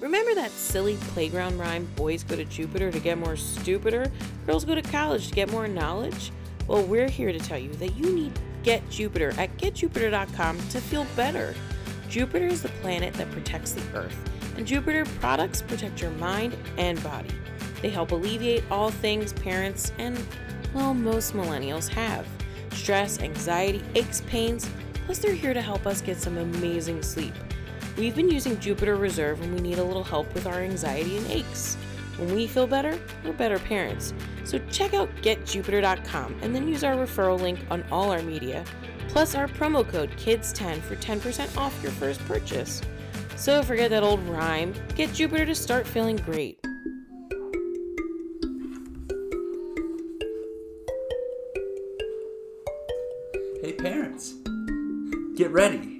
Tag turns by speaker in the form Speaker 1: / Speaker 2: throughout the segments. Speaker 1: Remember that silly playground rhyme, boys go to Jupiter to get more stupider, girls go to college to get more knowledge? Well, we're here to tell you that you need Get Jupiter at getjupiter.com to feel better. Jupiter is the planet that protects the Earth, and Jupiter products protect your mind and body. They help alleviate all things parents and, well, most millennials have stress, anxiety, aches, pains, plus, they're here to help us get some amazing sleep. We've been using Jupiter Reserve when we need a little help with our anxiety and aches. When we feel better, we're better parents. So check out getjupiter.com and then use our referral link on all our media, plus our promo code KIDS10 for 10% off your first purchase. So forget that old rhyme, get Jupiter to start feeling great.
Speaker 2: Hey, parents, get ready.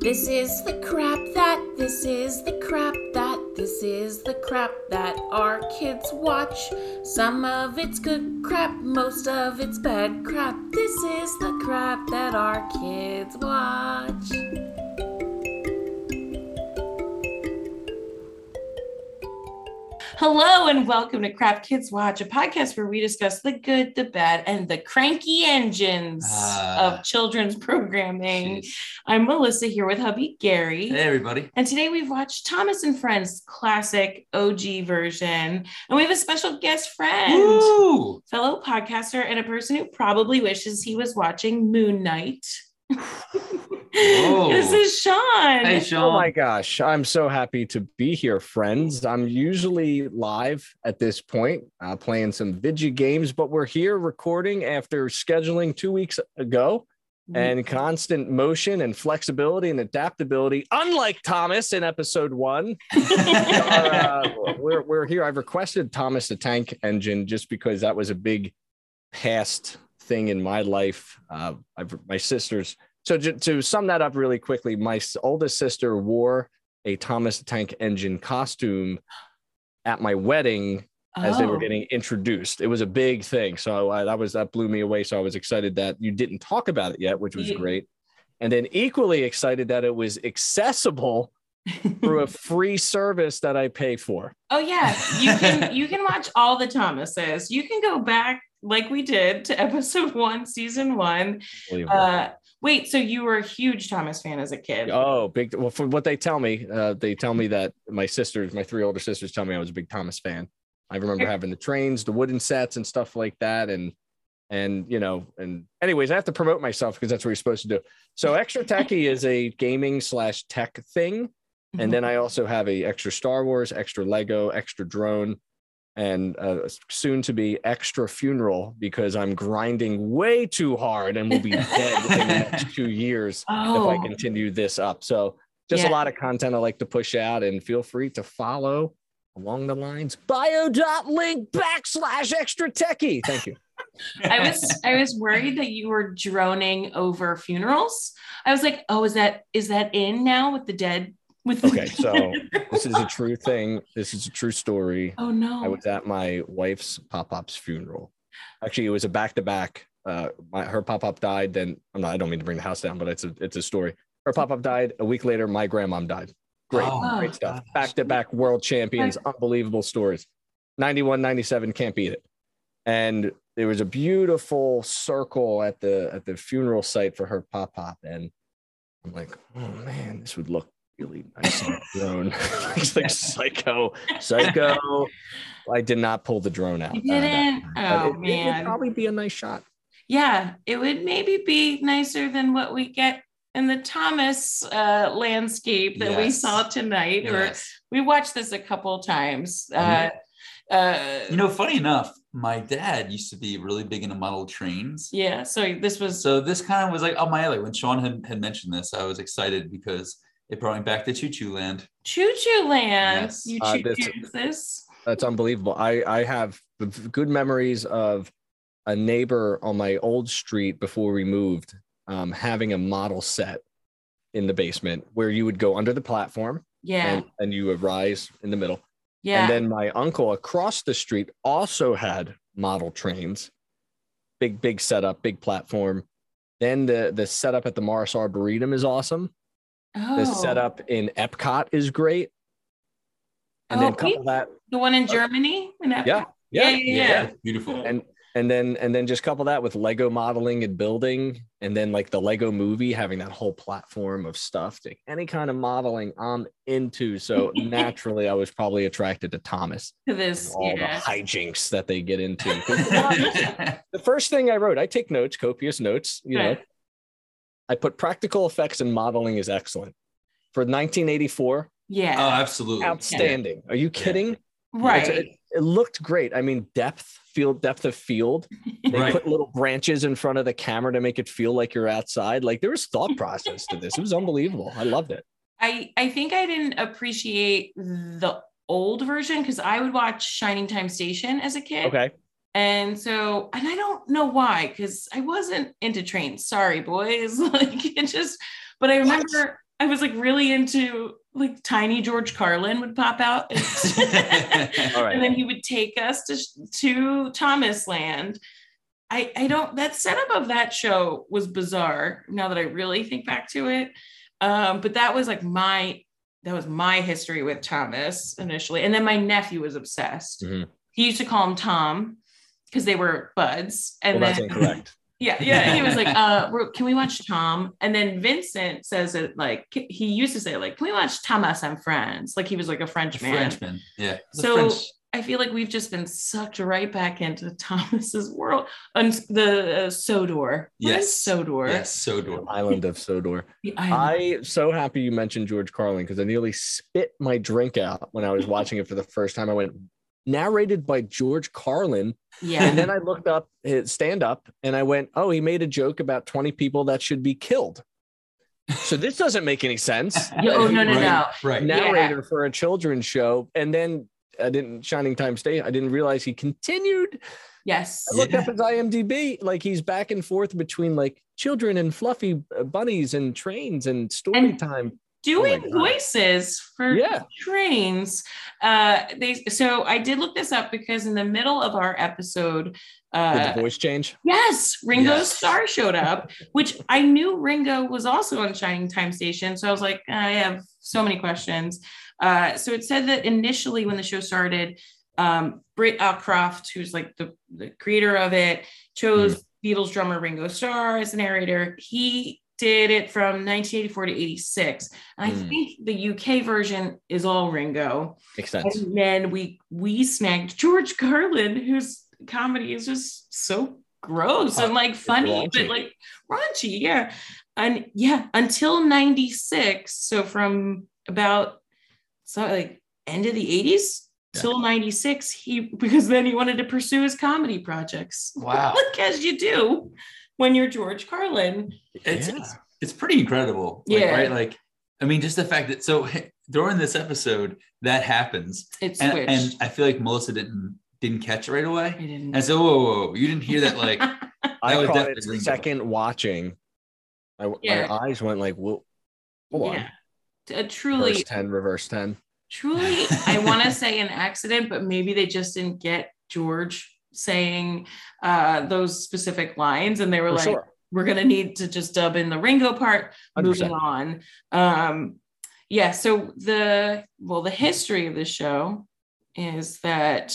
Speaker 3: This is the crap that, this is the crap that, this is the crap that our kids watch. Some of it's good crap, most of it's bad crap. This is the crap that our kids watch.
Speaker 1: Hello and welcome to Crap Kids Watch, a podcast where we discuss the good, the bad, and the cranky engines
Speaker 2: Ah.
Speaker 1: of children's programming.
Speaker 2: Jeez.
Speaker 1: I'm Melissa here with hubby Gary.
Speaker 2: Hey, everybody.
Speaker 1: And today we've watched Thomas and Friends classic OG version. And we have a special guest friend,
Speaker 2: Woo!
Speaker 1: fellow podcaster, and a person who probably wishes he was watching Moon Knight. this is Sean.
Speaker 2: Hey, Sean.
Speaker 4: Oh my gosh, I'm so happy to be here, friends. I'm usually live at this point, uh, playing some video games, but we're here recording after scheduling two weeks ago
Speaker 1: Mm-hmm.
Speaker 4: and constant motion and flexibility and adaptability. Unlike Thomas in episode one,
Speaker 2: All right.
Speaker 4: uh, we're, we're here. I've requested Thomas the Tank Engine just because that was a big past thing in my life. Uh, I've, my sisters. So ju- to sum that up really quickly, my s- oldest sister wore a Thomas the Tank Engine costume at my wedding as they were
Speaker 1: Oh.
Speaker 4: getting introduced. It was a big thing. So I, that was that blew me away. So I was excited that you didn't talk about it yet, which was
Speaker 1: Yeah.
Speaker 4: great. And then equally excited that it was accessible through a free service that I pay for.
Speaker 1: Oh yeah, you can you can watch all the Thomases. You can go back like we did to episode one, season one.
Speaker 4: Unbelievable.
Speaker 1: Uh, wait, so you were a huge Thomas fan as a kid?
Speaker 4: oh, big! Well, from what they tell me, uh, they tell me that my sisters, my three older sisters, tell me I was a big Thomas fan. I remember having the trains, the wooden sets, and stuff like that, and and you know, and anyways, I have to promote myself because that's what you're supposed to do. So, extra techie is a gaming slash tech thing.
Speaker 1: Mm-hmm.
Speaker 4: and then I also have a extra Star Wars, extra Lego, extra drone, and uh, soon to be extra funeral because I'm grinding way too hard and will be dead in the next two years
Speaker 1: oh,
Speaker 4: if I continue this up. So just
Speaker 1: Yeah.
Speaker 4: a lot of content I like to push out, and feel free to follow along the lines bio.link backslash extra techie. Thank you.
Speaker 1: I was I was worried that you were droning over funerals. I was like, oh, is that is that in now with the dead? With the-
Speaker 4: Okay, so this is a true thing. This is a true story.
Speaker 1: oh no,
Speaker 4: I was at my wife's pop up's funeral. Actually, it was a back to back. Her pop up died. Then I'm not. I don't mean to bring the house down, but it's a it's a story. Her pop up died a week later. My grandmom died. Great,
Speaker 2: Oh,
Speaker 4: great stuff.
Speaker 2: gosh.
Speaker 4: Back to back world champions. Unbelievable stories. 91, 97. Can't beat it. And there was a beautiful circle at the at the funeral site for her pop up, and I'm like, oh man, this would look really nice on a drone. it's like psycho, psycho. I did not pull the drone out.
Speaker 1: You
Speaker 4: uh, that-
Speaker 1: didn't.
Speaker 4: but
Speaker 1: Oh
Speaker 4: it- it
Speaker 1: man,
Speaker 4: would probably be a nice shot.
Speaker 1: yeah, it would maybe be nicer than what we get in the Thomas uh, landscape that we
Speaker 2: Yes.
Speaker 1: saw tonight. Or
Speaker 2: Yes.
Speaker 1: we watched this a couple times. Uh,
Speaker 4: Mm-hmm.
Speaker 1: uh,
Speaker 2: You know, funny enough, my dad used to be really big into model trains.
Speaker 1: yeah. So this was
Speaker 2: So this kind of was like up my alley. When Sean had, had mentioned this, I was excited because it brought me back to Choo Choo Land.
Speaker 1: Choo Choo Land.
Speaker 2: Yes.
Speaker 1: You
Speaker 4: Uh,
Speaker 1: choo
Speaker 4: this-
Speaker 1: choos this.
Speaker 4: That's unbelievable. I I have the v- good memories of a neighbor on my old street before we moved um, having a model set in the basement where you would go under the platform
Speaker 1: Yeah.
Speaker 4: and, and you would rise in the middle.
Speaker 1: yeah.
Speaker 4: And then my uncle across the street also had model trains, big, big setup, big platform. Then the the setup at the Morris Arboretum is awesome.
Speaker 1: Oh.
Speaker 4: The setup in Epcot is great. And
Speaker 1: Oh,
Speaker 4: then couple
Speaker 1: we-
Speaker 4: that
Speaker 1: the one in Germany. In Epcot?
Speaker 4: Yeah.
Speaker 1: Yeah, yeah,
Speaker 2: Yeah,
Speaker 1: yeah.
Speaker 2: it's beautiful.
Speaker 4: and and then and then just couple that with lego modeling and building and then like the lego movie having that whole platform of stuff like any kind of modeling i'm into so naturally i was probably attracted to thomas
Speaker 1: To
Speaker 4: and
Speaker 1: this,
Speaker 4: all
Speaker 1: yeah.
Speaker 4: the hijinks that they get into 'Cause the first thing i wrote i take notes copious notes you know
Speaker 1: Right.
Speaker 4: i put practical effects and modeling is excellent for 1984
Speaker 2: oh,
Speaker 1: Yeah.
Speaker 2: absolutely.
Speaker 4: outstanding are you kidding
Speaker 1: right.
Speaker 4: It's- It, it looked great. I mean, depth, field, depth of field. They
Speaker 2: Right.
Speaker 4: put little branches in front of the camera to make it feel like you're outside. Like there was thought process to this. It was unbelievable. I loved it.
Speaker 1: I I think I didn't appreciate the old version because I would watch Shining Time Station as a kid.
Speaker 4: Okay.
Speaker 1: And so, and I don't know why, because I wasn't into trains. Sorry, boys. Like it just, but I remember I was like really into like tiny George Carlin would pop out.
Speaker 4: All right.
Speaker 1: And then he would take us to, to Thomas Land. I, I don't, that setup of that show was bizarre now that I really think back to it. Um, but that was like my, that was my history with Thomas initially. And then my nephew was obsessed.
Speaker 4: Mhm.
Speaker 1: He used to call him Tom because they were buds. And
Speaker 4: Well, that's
Speaker 1: then,
Speaker 4: incorrect.
Speaker 1: yeah, yeah. He was like, uh, we're- can we watch Tom? And then Vincent says it like, he used to say like, can we watch Thomas and Friends? Like he was like a French man.
Speaker 2: Frenchman. Yeah. The
Speaker 1: So-
Speaker 2: French.
Speaker 1: I feel like we've just been sucked right back into Thomas's world and the uh, Sodor. What is
Speaker 2: Yes.
Speaker 1: Sodor.
Speaker 2: Yes, so adorable.
Speaker 4: Island of Sodor.
Speaker 1: The island.
Speaker 4: I so happy you mentioned George Carlin because I nearly spit my drink out when I was watching it for the first time. I went narrated by George Carlin And
Speaker 1: yeah.
Speaker 4: then I looked up his stand up and I went, oh, he made a joke about 20 people that should be killed. So this doesn't make any sense.
Speaker 1: Yeah, oh, no, no,
Speaker 2: right,
Speaker 1: no.
Speaker 2: Right.
Speaker 4: Narrator for a children's show. And then I didn't, Shining Time State, I didn't realize he continued.
Speaker 1: Yes.
Speaker 4: I looked up his IMDb, like he's back and forth between like children and fluffy uh, bunnies and trains and story
Speaker 1: And-
Speaker 4: time.
Speaker 1: Doing
Speaker 4: Oh God.
Speaker 1: voices for
Speaker 4: Yeah.
Speaker 1: trains. Uh, they so I did look this up because in the middle of our episode,
Speaker 4: Did
Speaker 1: uh,
Speaker 4: the voice change?
Speaker 1: Yes, Ringo
Speaker 2: Yes.
Speaker 1: Starr showed up, which I knew Ringo was also on Shining Time Station. So I was like, "Ah, I have so many questions. Uh, so it said that initially when the show started, um, Britt Outcroft, who's like the, the creator of it, chose Beatles drummer Ringo Starr as the narrator. He did it from 1984 to 86. And I
Speaker 2: Mm.
Speaker 1: think the UK version is all Ringo.
Speaker 4: Makes sense.
Speaker 1: And then we we snagged George Carlin, whose comedy is just so gross and like funny, but
Speaker 4: raunchy.
Speaker 1: like raunchy, yeah. And yeah, until 96. So from about so like end of the 80s
Speaker 2: Yeah.
Speaker 1: till 96, he because then he wanted to pursue his comedy projects.
Speaker 2: Wow.
Speaker 1: Like as you do when you're George Carlin.
Speaker 2: It's,
Speaker 4: Yeah.
Speaker 2: it's it's pretty incredible. Like,
Speaker 1: Yeah.
Speaker 2: Right. Like, I mean, just the fact that so during this episode that happens,
Speaker 1: It
Speaker 2: and,
Speaker 1: switched.
Speaker 2: and I feel like Melissa didn't didn't catch it right
Speaker 1: I
Speaker 2: away.
Speaker 1: didn't
Speaker 2: And so, whoa, whoa, whoa, you didn't hear that like
Speaker 4: I
Speaker 2: was
Speaker 4: caught
Speaker 2: definitely
Speaker 4: it
Speaker 2: Ringo.
Speaker 4: second watching. I,
Speaker 1: Yeah.
Speaker 4: My eyes went like, whoa, hold on.
Speaker 1: yeah. A truly
Speaker 4: Reverse 10, reverse 10.
Speaker 1: truly i want to say an accident but maybe they just didn't get george saying uh those specific lines and they were
Speaker 4: For
Speaker 1: like
Speaker 4: sure.
Speaker 1: we're gonna need to just dub in the ringo part
Speaker 4: 100%.
Speaker 1: moving on um yeah so the well the history of the show is that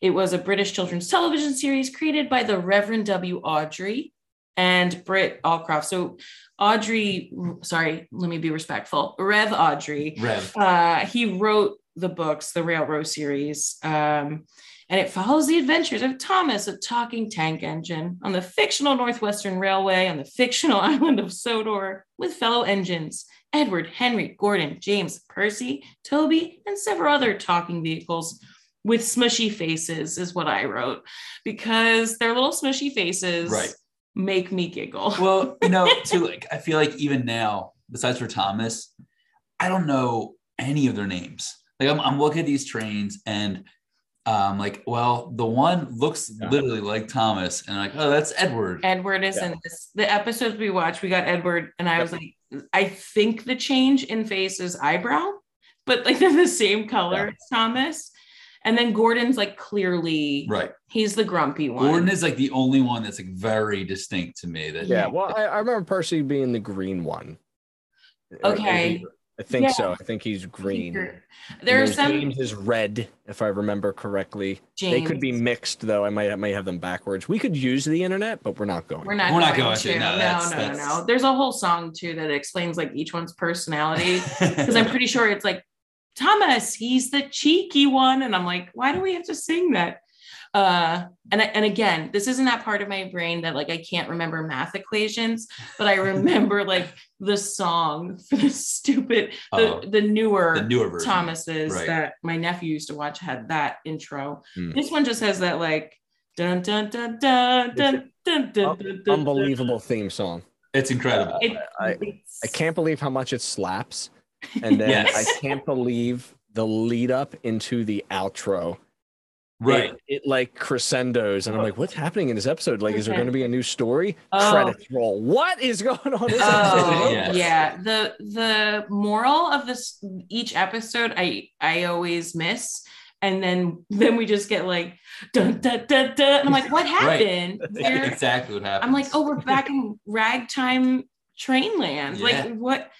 Speaker 1: it was a british children's television series created by the reverend w audrey and Britt Allcroft. So Audrey, sorry, let me be respectful. Rev Audrey
Speaker 2: Rev.
Speaker 1: uh, he wrote the books, the Railroad series, um, and it follows the adventures of Thomas, a talking tank engine, on the fictional Northwestern Railway on the fictional island of Sodor, with fellow engines Edward, Henry, Gordon, James, Percy, Toby, and several other talking vehicles with smushy faces, is what I wrote, because their little smushy faces
Speaker 2: Right.
Speaker 1: make me giggle.
Speaker 2: Well, you know, too. Like, I feel like even now, besides for Thomas, I don't know any of their names. Like, I'm, I'm looking at these trains and. Um, like, well, the one looks literally like Thomas, and like, oh, that's Edward.
Speaker 1: Edward is
Speaker 4: Yeah.
Speaker 1: in this. The episodes we watched, we got Edward, and I was like, I think the change in face is eyebrow, but like they're the same color as Thomas. And then Gordon's like clearly
Speaker 2: Right.
Speaker 1: he's the grumpy one.
Speaker 2: Gordon is like the only one that's like very distinct to me. That
Speaker 4: Yeah. Well, I, I remember Percy being the green one. Or- or
Speaker 1: Okay.
Speaker 4: the- I think
Speaker 1: Yeah.
Speaker 4: so. I think he's green.
Speaker 1: There
Speaker 4: And
Speaker 1: are
Speaker 4: there's
Speaker 1: some
Speaker 4: James is red, if I remember correctly.
Speaker 1: James.
Speaker 4: They could be mixed though. I might I may have them backwards. We could use the internet, but we're not going.
Speaker 1: We're not.
Speaker 2: We're not
Speaker 1: going,
Speaker 2: going
Speaker 1: to.
Speaker 2: to. No,
Speaker 1: No, no,
Speaker 2: that's-
Speaker 1: no,
Speaker 2: that's-
Speaker 1: no. There's a whole song too that explains like each one's personality. Because I'm pretty sure it's like Thomas, he's the cheeky one, and I'm like, why do we have to sing that? Uh, and I- and again, this isn't that part of my brain that like I can't remember math equations, but I remember like the song for the stupid the
Speaker 2: Oh,
Speaker 1: the newer
Speaker 2: the newer version.
Speaker 1: Thomas's
Speaker 2: Right.
Speaker 1: that my nephew used to watch had that intro.
Speaker 4: Hmm.
Speaker 1: This one just has that like dun dun dun dun dun dun dun. dun, dun
Speaker 4: Unbelievable theme song.
Speaker 2: It's incredible.
Speaker 1: It,
Speaker 4: I-
Speaker 1: it's-
Speaker 4: I can't believe how much it slaps. And then
Speaker 2: Yes.
Speaker 4: I can't believe the lead up into the outro.
Speaker 2: right.
Speaker 4: It, it, like crescendos. And I'm like, what's happening in this episode? Like, is there
Speaker 1: Okay.
Speaker 4: going to be a new story?
Speaker 1: Oh.
Speaker 4: Credits roll. What is going on? in This
Speaker 1: Oh
Speaker 4: episode?
Speaker 2: Yes.
Speaker 1: yeah. The the moral of this each episode I I always miss. And then then we just get like dun dun dun dun. And I'm like, what
Speaker 2: Right.
Speaker 1: happened? Where-
Speaker 2: exactly what happened.
Speaker 1: I'm like, oh, we're back in ragtime train land.
Speaker 2: Yeah.
Speaker 1: Like what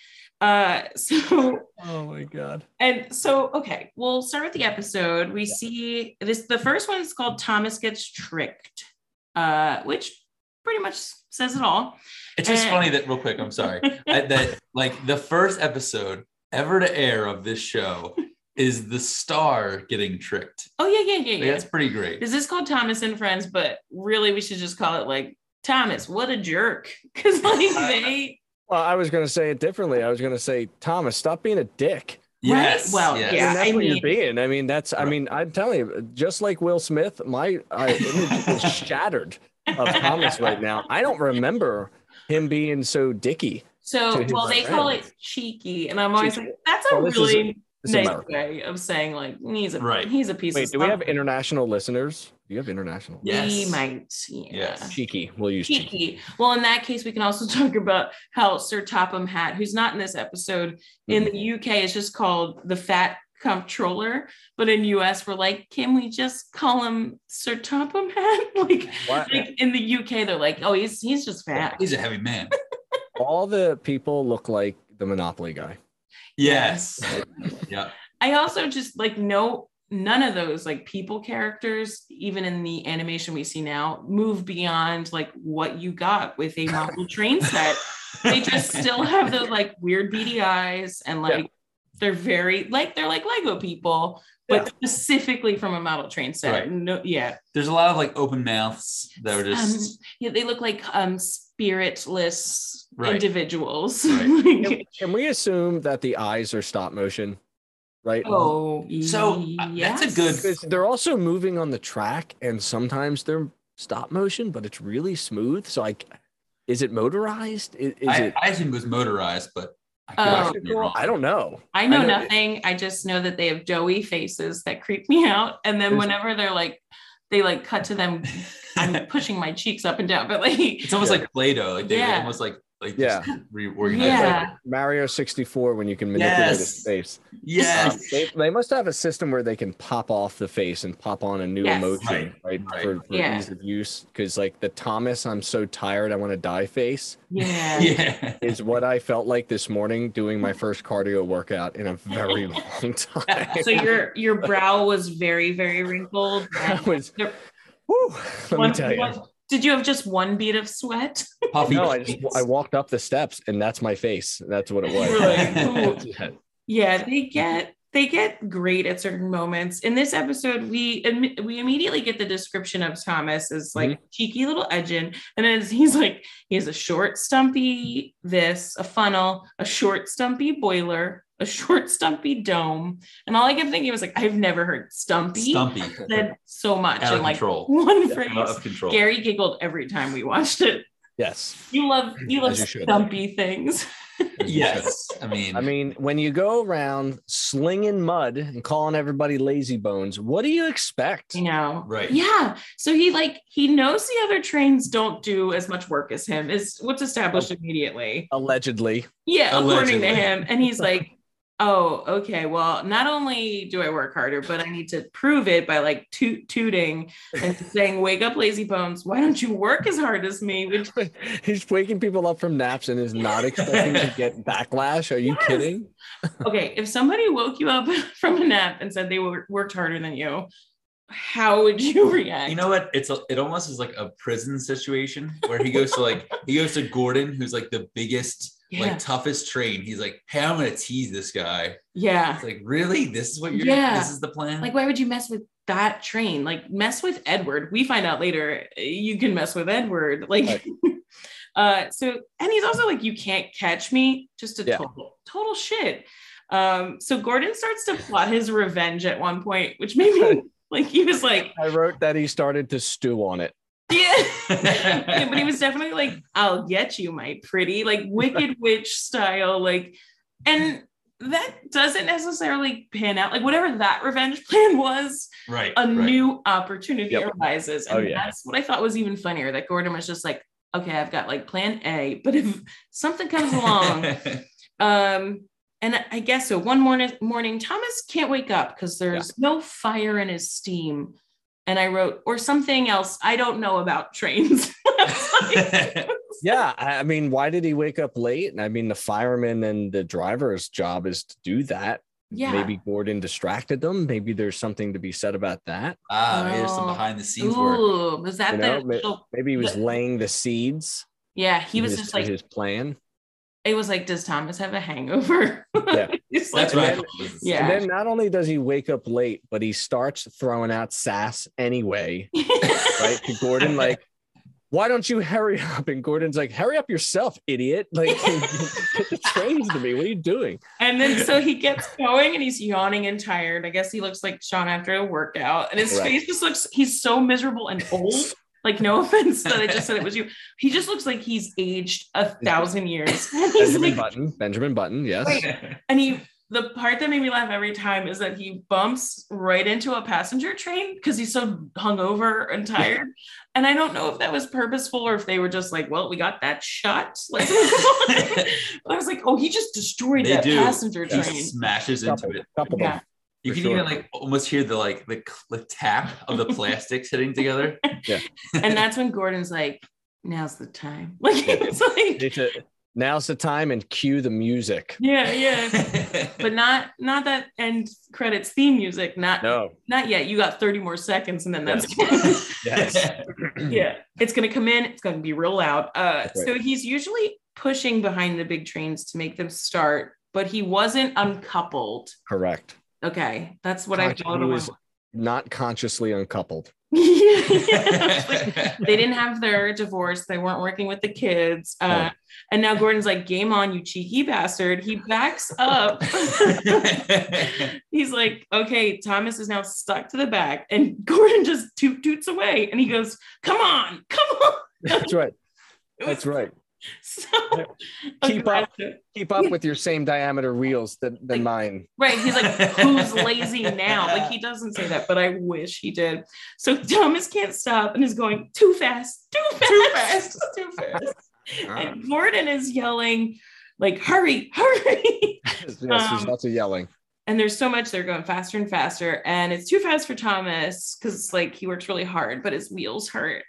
Speaker 1: uh so
Speaker 4: Oh my God.
Speaker 1: and so okay, we'll start with the episode. We see this the first one is called Thomas Gets Tricked, uh, which pretty much says it all.
Speaker 2: It's just
Speaker 1: Eh.
Speaker 2: funny that real quick. I'm sorry I- that like the first episode ever to air of this show is the star getting tricked.
Speaker 1: Oh yeah, yeah, yeah,
Speaker 2: Like,
Speaker 1: yeah.
Speaker 2: That's pretty great.
Speaker 1: Is this called Thomas and Friends? But really, we should just call it like Thomas. What a jerk! Because like they,
Speaker 4: Well, I was going to say it differently. I was going to say, Thomas, stop being a dick.
Speaker 2: Yes.
Speaker 1: Well,
Speaker 2: yes.
Speaker 4: I
Speaker 1: yeah.
Speaker 4: mean, that's
Speaker 1: I
Speaker 4: what
Speaker 1: mean-
Speaker 4: you're being. I mean, that's. I
Speaker 2: Right.
Speaker 4: mean, I'm telling you, just like Will Smith, my I, image is shattered of Thomas right now. I don't remember him being so dicky.
Speaker 1: so
Speaker 4: To his
Speaker 1: well they call it cheeky, and I'm always like, that's a
Speaker 4: Well, this is-
Speaker 1: really
Speaker 4: This is
Speaker 1: nice
Speaker 4: America.
Speaker 1: way of saying like he's a
Speaker 2: Right.
Speaker 1: he's a piece.
Speaker 4: Wait,
Speaker 1: of
Speaker 4: do we have
Speaker 1: stuff.
Speaker 4: international listeners? Do you have international?
Speaker 2: Yes.
Speaker 1: We might. Yeah.
Speaker 2: Yes.
Speaker 4: Cheeky. We'll use cheeky.
Speaker 1: Cheeky. Well, in that case, we can also talk about how Sir Topham Hatt, who's not in this episode, in
Speaker 4: Mm-hmm.
Speaker 1: the UK is just called the Fat Comptroller, but in US we're like, can we just call him Sir Topham Hatt? like,
Speaker 4: What?
Speaker 1: like in the UK they're like, oh, he's he's just fat.
Speaker 2: He's a heavy man.
Speaker 4: All the people look like the Monopoly guy.
Speaker 2: Yes. yeah.
Speaker 1: I also just like no none of those like people characters, even in the animation we see now, move beyond like what you got with a model train set. They just still have those like weird beady eyes and like they're very like they're like Lego people, but specifically from a model train set.
Speaker 2: Right.
Speaker 1: No, yeah.
Speaker 2: There's a lot of like open mouths that are
Speaker 1: Um,
Speaker 2: just
Speaker 1: yeah, they look like um spiritless
Speaker 2: Right.
Speaker 1: individuals.
Speaker 2: Right.
Speaker 1: Like-
Speaker 4: Can we assume that the eyes are stop motion? Right.
Speaker 1: oh,
Speaker 2: So, uh, that's a
Speaker 1: yes.
Speaker 2: good-
Speaker 4: Because they're also moving on the track, and sometimes they're stop motion, but it's really smooth. So like, is it motorized? I- Is,
Speaker 2: I,
Speaker 4: it?
Speaker 2: I assume it was motorized, but I could
Speaker 1: Oh.
Speaker 2: actually be wrong.
Speaker 4: I don't know.
Speaker 1: I know,
Speaker 4: I know-
Speaker 1: nothing. I just know that they have doughy faces that creep me out. And then
Speaker 4: There's-
Speaker 1: whenever they're like, they like cut to them, I'm pushing my cheeks up and down, but like,
Speaker 2: It's almost
Speaker 4: Yeah.
Speaker 2: like Play-Doh. Like they
Speaker 1: Yeah.
Speaker 2: almost like like
Speaker 4: Yeah.
Speaker 2: just reorganized.
Speaker 1: Yeah.
Speaker 4: Mario sixty four when you can manipulate
Speaker 2: Yes.
Speaker 4: his face. Um,
Speaker 2: Yes.
Speaker 4: they, they must have a system where they can pop off the face and pop on a new
Speaker 1: Yes.
Speaker 4: emotion, right?
Speaker 2: Right.
Speaker 4: For, for
Speaker 1: Yeah.
Speaker 4: ease of use, because like the Thomas, I'm so tired, I want to die face
Speaker 1: yeah.
Speaker 2: Yeah.
Speaker 4: is what I felt like this morning doing my first cardio workout in a very long time.
Speaker 1: So your your brow was very very wrinkled.
Speaker 4: I was,
Speaker 1: There-
Speaker 4: whew, let me
Speaker 1: One-
Speaker 4: tell you.
Speaker 1: one- did you have just one bead of sweat?
Speaker 2: Puffy
Speaker 4: No, I just
Speaker 2: cheeks.
Speaker 4: I walked up the steps and that's my face. That's what it was.
Speaker 1: Really? Yeah, they get they get great at certain moments. In this episode, we imme- we immediately get the description of Thomas as like
Speaker 2: Mm-hmm.
Speaker 1: cheeky little edgin, and then he's like he has a short stumpy this, a funnel, a short stumpy boiler, a short stumpy dome, and all I kept thinking was like I've never heard stumpy,
Speaker 2: Stumpy.
Speaker 1: said so much
Speaker 2: Out
Speaker 1: in
Speaker 2: of
Speaker 1: like
Speaker 2: control.
Speaker 1: one
Speaker 2: Out
Speaker 1: phrase.
Speaker 2: of control.
Speaker 1: Gary giggled every time we watched it.
Speaker 4: Yes.
Speaker 1: You love you love
Speaker 4: As you should.
Speaker 1: stumpy things.
Speaker 2: Yes. I mean,
Speaker 4: I mean, when you go around slinging mud and calling everybody lazy bones, what do you expect?
Speaker 1: you know
Speaker 2: Right.
Speaker 1: yeah so he like he knows the other trains don't do as much work as him is what's established immediately
Speaker 4: Allegedly.
Speaker 1: yeah according
Speaker 2: Oh. Allegedly.
Speaker 1: to him and he's like oh, okay. Well, not only do I work harder, but I need to prove it by like toot- tooting and saying, wake up, lazy bones. Why don't you work as hard as me? Which
Speaker 4: He's waking people up from naps and is not expecting to get backlash. Are you
Speaker 1: Yes.
Speaker 4: kidding?
Speaker 1: okay, if somebody woke you up from a nap and said they wor- worked harder than you, how would you react?
Speaker 2: You know what? It's a, it almost is like a prison situation where he goes to like he goes to Gordon, who's like the biggest,
Speaker 1: Yeah.
Speaker 2: like toughest train. He's like, "Hey, I'm gonna tease this guy."
Speaker 1: yeah.
Speaker 2: It's like, really? This is what you're?
Speaker 1: Yeah.
Speaker 2: This is the plan?
Speaker 1: Like, why would you mess with that train? Like, mess with Edward. We find out later uh, you can mess with Edward. Like,
Speaker 4: Right.
Speaker 1: uh, so, and he's also like, you can't catch me. Just a
Speaker 4: Yeah.
Speaker 1: total, total shit. Um, so Gordon starts to plot his revenge at one point, which made me like, he was like,
Speaker 4: I wrote that he started to stew on it.
Speaker 1: yeah. yeah, but he was definitely like, I'll get you, my pretty, like wicked witch style, like, and that doesn't necessarily pan out. Like whatever that revenge plan was,
Speaker 2: right.
Speaker 1: a
Speaker 2: right.
Speaker 1: new opportunity
Speaker 4: Yep.
Speaker 1: arises. And
Speaker 4: Oh, yeah.
Speaker 1: that's what I thought was even funnier. That Gordon was just like, okay, I've got like plan A, but if something comes along, um, and I guess so. One morning, morning, Thomas can't wake up because there's no fire in his steam. And I wrote, or something else. I don't know about trains.
Speaker 4: Yeah. I I mean, why did he wake up late? And I mean, the fireman and the driver's job is to do that.
Speaker 1: yeah.
Speaker 4: Maybe Gordon distracted them. Maybe there's something to be said about that.
Speaker 2: ah, maybe there's some
Speaker 1: Oh.
Speaker 2: behind the scenes work.
Speaker 1: Ooh, was that
Speaker 4: You know,
Speaker 1: the
Speaker 4: ma-
Speaker 1: little-
Speaker 4: Maybe he was
Speaker 1: But-
Speaker 4: laying the seeds.
Speaker 1: yeah, he
Speaker 4: in
Speaker 1: was
Speaker 4: his-
Speaker 1: just
Speaker 4: in
Speaker 1: like
Speaker 4: his plan.
Speaker 1: it was like, does Thomas have a hangover?
Speaker 4: Yeah.
Speaker 1: It's
Speaker 2: That's
Speaker 1: like-
Speaker 2: what I
Speaker 4: And
Speaker 2: thought. was the
Speaker 1: yeah.
Speaker 4: And then not only does he wake up late, but he starts throwing out sass anyway, right? To Gordon, like, why don't you hurry up? And Gordon's like, hurry up yourself, idiot. Like, get the trains to me. What are you doing?
Speaker 1: And then so he gets going and he's yawning and tired. I guess he looks like Sean after a workout. And his
Speaker 4: Right.
Speaker 1: face just looks, he's so miserable and old. Like, no offense that I just said it was you. He just looks like he's aged a thousand years. And he's
Speaker 4: Benjamin
Speaker 1: like,
Speaker 4: Button. Benjamin Button, yes.
Speaker 1: Wait. and he, the part that made me laugh every time is that he bumps right into a passenger train because he's so hungover and tired. And I don't know if that was purposeful or if they were just like, well, we got that shot. Let's move on. But I was like, oh, he just destroyed
Speaker 2: They
Speaker 1: that
Speaker 2: do.
Speaker 1: passenger
Speaker 2: He
Speaker 1: train.
Speaker 2: smashes into
Speaker 4: Couple,
Speaker 2: it.
Speaker 4: couple
Speaker 1: Yeah.
Speaker 4: of
Speaker 2: You
Speaker 4: For
Speaker 2: can
Speaker 4: sure.
Speaker 2: even like almost hear the like the, cl- the tap of the plastics hitting together.
Speaker 1: and that's when Gordon's like, "Now's the time." Like it's like,
Speaker 4: them. Now's the time and cue the music.
Speaker 1: yeah, yeah, but not not that end credits theme music. Not
Speaker 4: No.
Speaker 1: not yet. You got thirty more seconds, and then that's
Speaker 4: Yes.
Speaker 1: yeah. It's gonna come in. It's gonna be real loud. Uh,
Speaker 4: That's right.
Speaker 1: so he's usually pushing behind the big trains to make them start, but he wasn't uncoupled.
Speaker 4: Correct.
Speaker 1: Okay, that's what I
Speaker 4: Conscious-
Speaker 1: thought
Speaker 4: he
Speaker 1: it
Speaker 4: was-
Speaker 1: was.
Speaker 4: Not consciously uncoupled.
Speaker 1: yeah, they didn't have their divorce. They weren't working with the kids. Uh, And now Gordon's like, game on, you cheeky bastard. He backs up. He's like, okay, Thomas is now stuck to the back. And Gordon just toot toots away. And he goes, come on, come on.
Speaker 4: That's right.
Speaker 1: It was
Speaker 4: That's right.
Speaker 1: So
Speaker 4: Keep up.
Speaker 1: aggressive.
Speaker 4: Keep up with your same diameter wheels than, than mine.
Speaker 1: Right. He's like, who's lazy now? Like, he doesn't say that, but I wish he did. So Thomas can't stop and is going too fast, too fast, too fast, too fast.
Speaker 2: Ah.
Speaker 1: and Gordon is yelling, like, hurry, hurry.
Speaker 4: yes, there's
Speaker 1: Um,
Speaker 4: lots of yelling.
Speaker 1: and there's so much they're going faster and faster and it's too fast for thomas because like he works really hard but his wheels hurt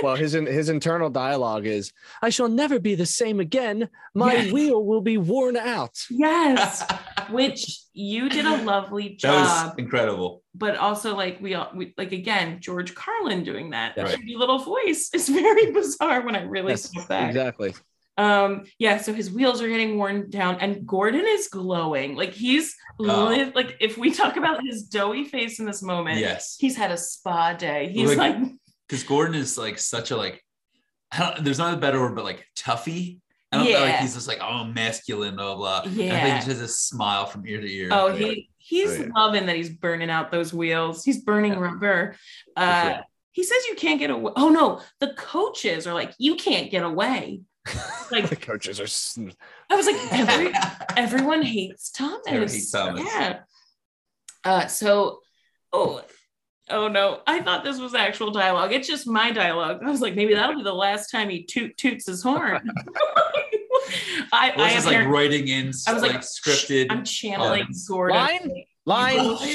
Speaker 4: Well, his in, his internal dialogue is, "I shall never be the same again. My
Speaker 2: Yeah.
Speaker 4: wheel will be worn out."
Speaker 1: yes which you did a lovely
Speaker 2: that was
Speaker 1: job
Speaker 2: incredible.
Speaker 1: but also like we all we, like again george carlin doing that
Speaker 4: Yes.
Speaker 1: shitty little voice is very bizarre when i really
Speaker 4: Yes,
Speaker 1: step back
Speaker 4: Exactly.
Speaker 1: um yeah so his wheels are getting worn down and gordon is glowing like he's
Speaker 2: Oh.
Speaker 1: lit- like if we talk about his doughy face in this moment
Speaker 2: Yes,
Speaker 1: he's had a spa day he's
Speaker 2: Like-
Speaker 1: like
Speaker 2: because Gordon is like such a like. I don't, there's not a better word, but like toughy. I don't know, like
Speaker 1: Yeah.
Speaker 2: he's just like oh masculine, blah blah. blah. And I
Speaker 1: Yeah.
Speaker 2: think he just has a smile from ear to ear.
Speaker 1: Oh, he he's
Speaker 4: Oh, yeah.
Speaker 1: loving that he's burning out those wheels. He's burning
Speaker 4: Yeah.
Speaker 1: rubber. Uh,
Speaker 4: sure.
Speaker 1: He says you can't get away. Oh no, the coaches are like you can't get away.
Speaker 4: The
Speaker 1: Like
Speaker 4: coaches are. s-
Speaker 1: I was like every, everyone hates Thomas.
Speaker 2: Everyone hates Thomas.
Speaker 1: Yeah. Uh, so, oh, oh no, I thought this was actual dialogue. It's just my dialogue. I was like, maybe that'll be the last time he toot toots his horn. I, I
Speaker 2: Melissa's
Speaker 1: am
Speaker 2: like
Speaker 1: here-
Speaker 2: writing in s-
Speaker 1: I was
Speaker 2: like,
Speaker 1: like,
Speaker 2: scripted.
Speaker 1: I'm channeling
Speaker 2: lines.
Speaker 1: Gordon.
Speaker 4: Line? Line.
Speaker 1: Holy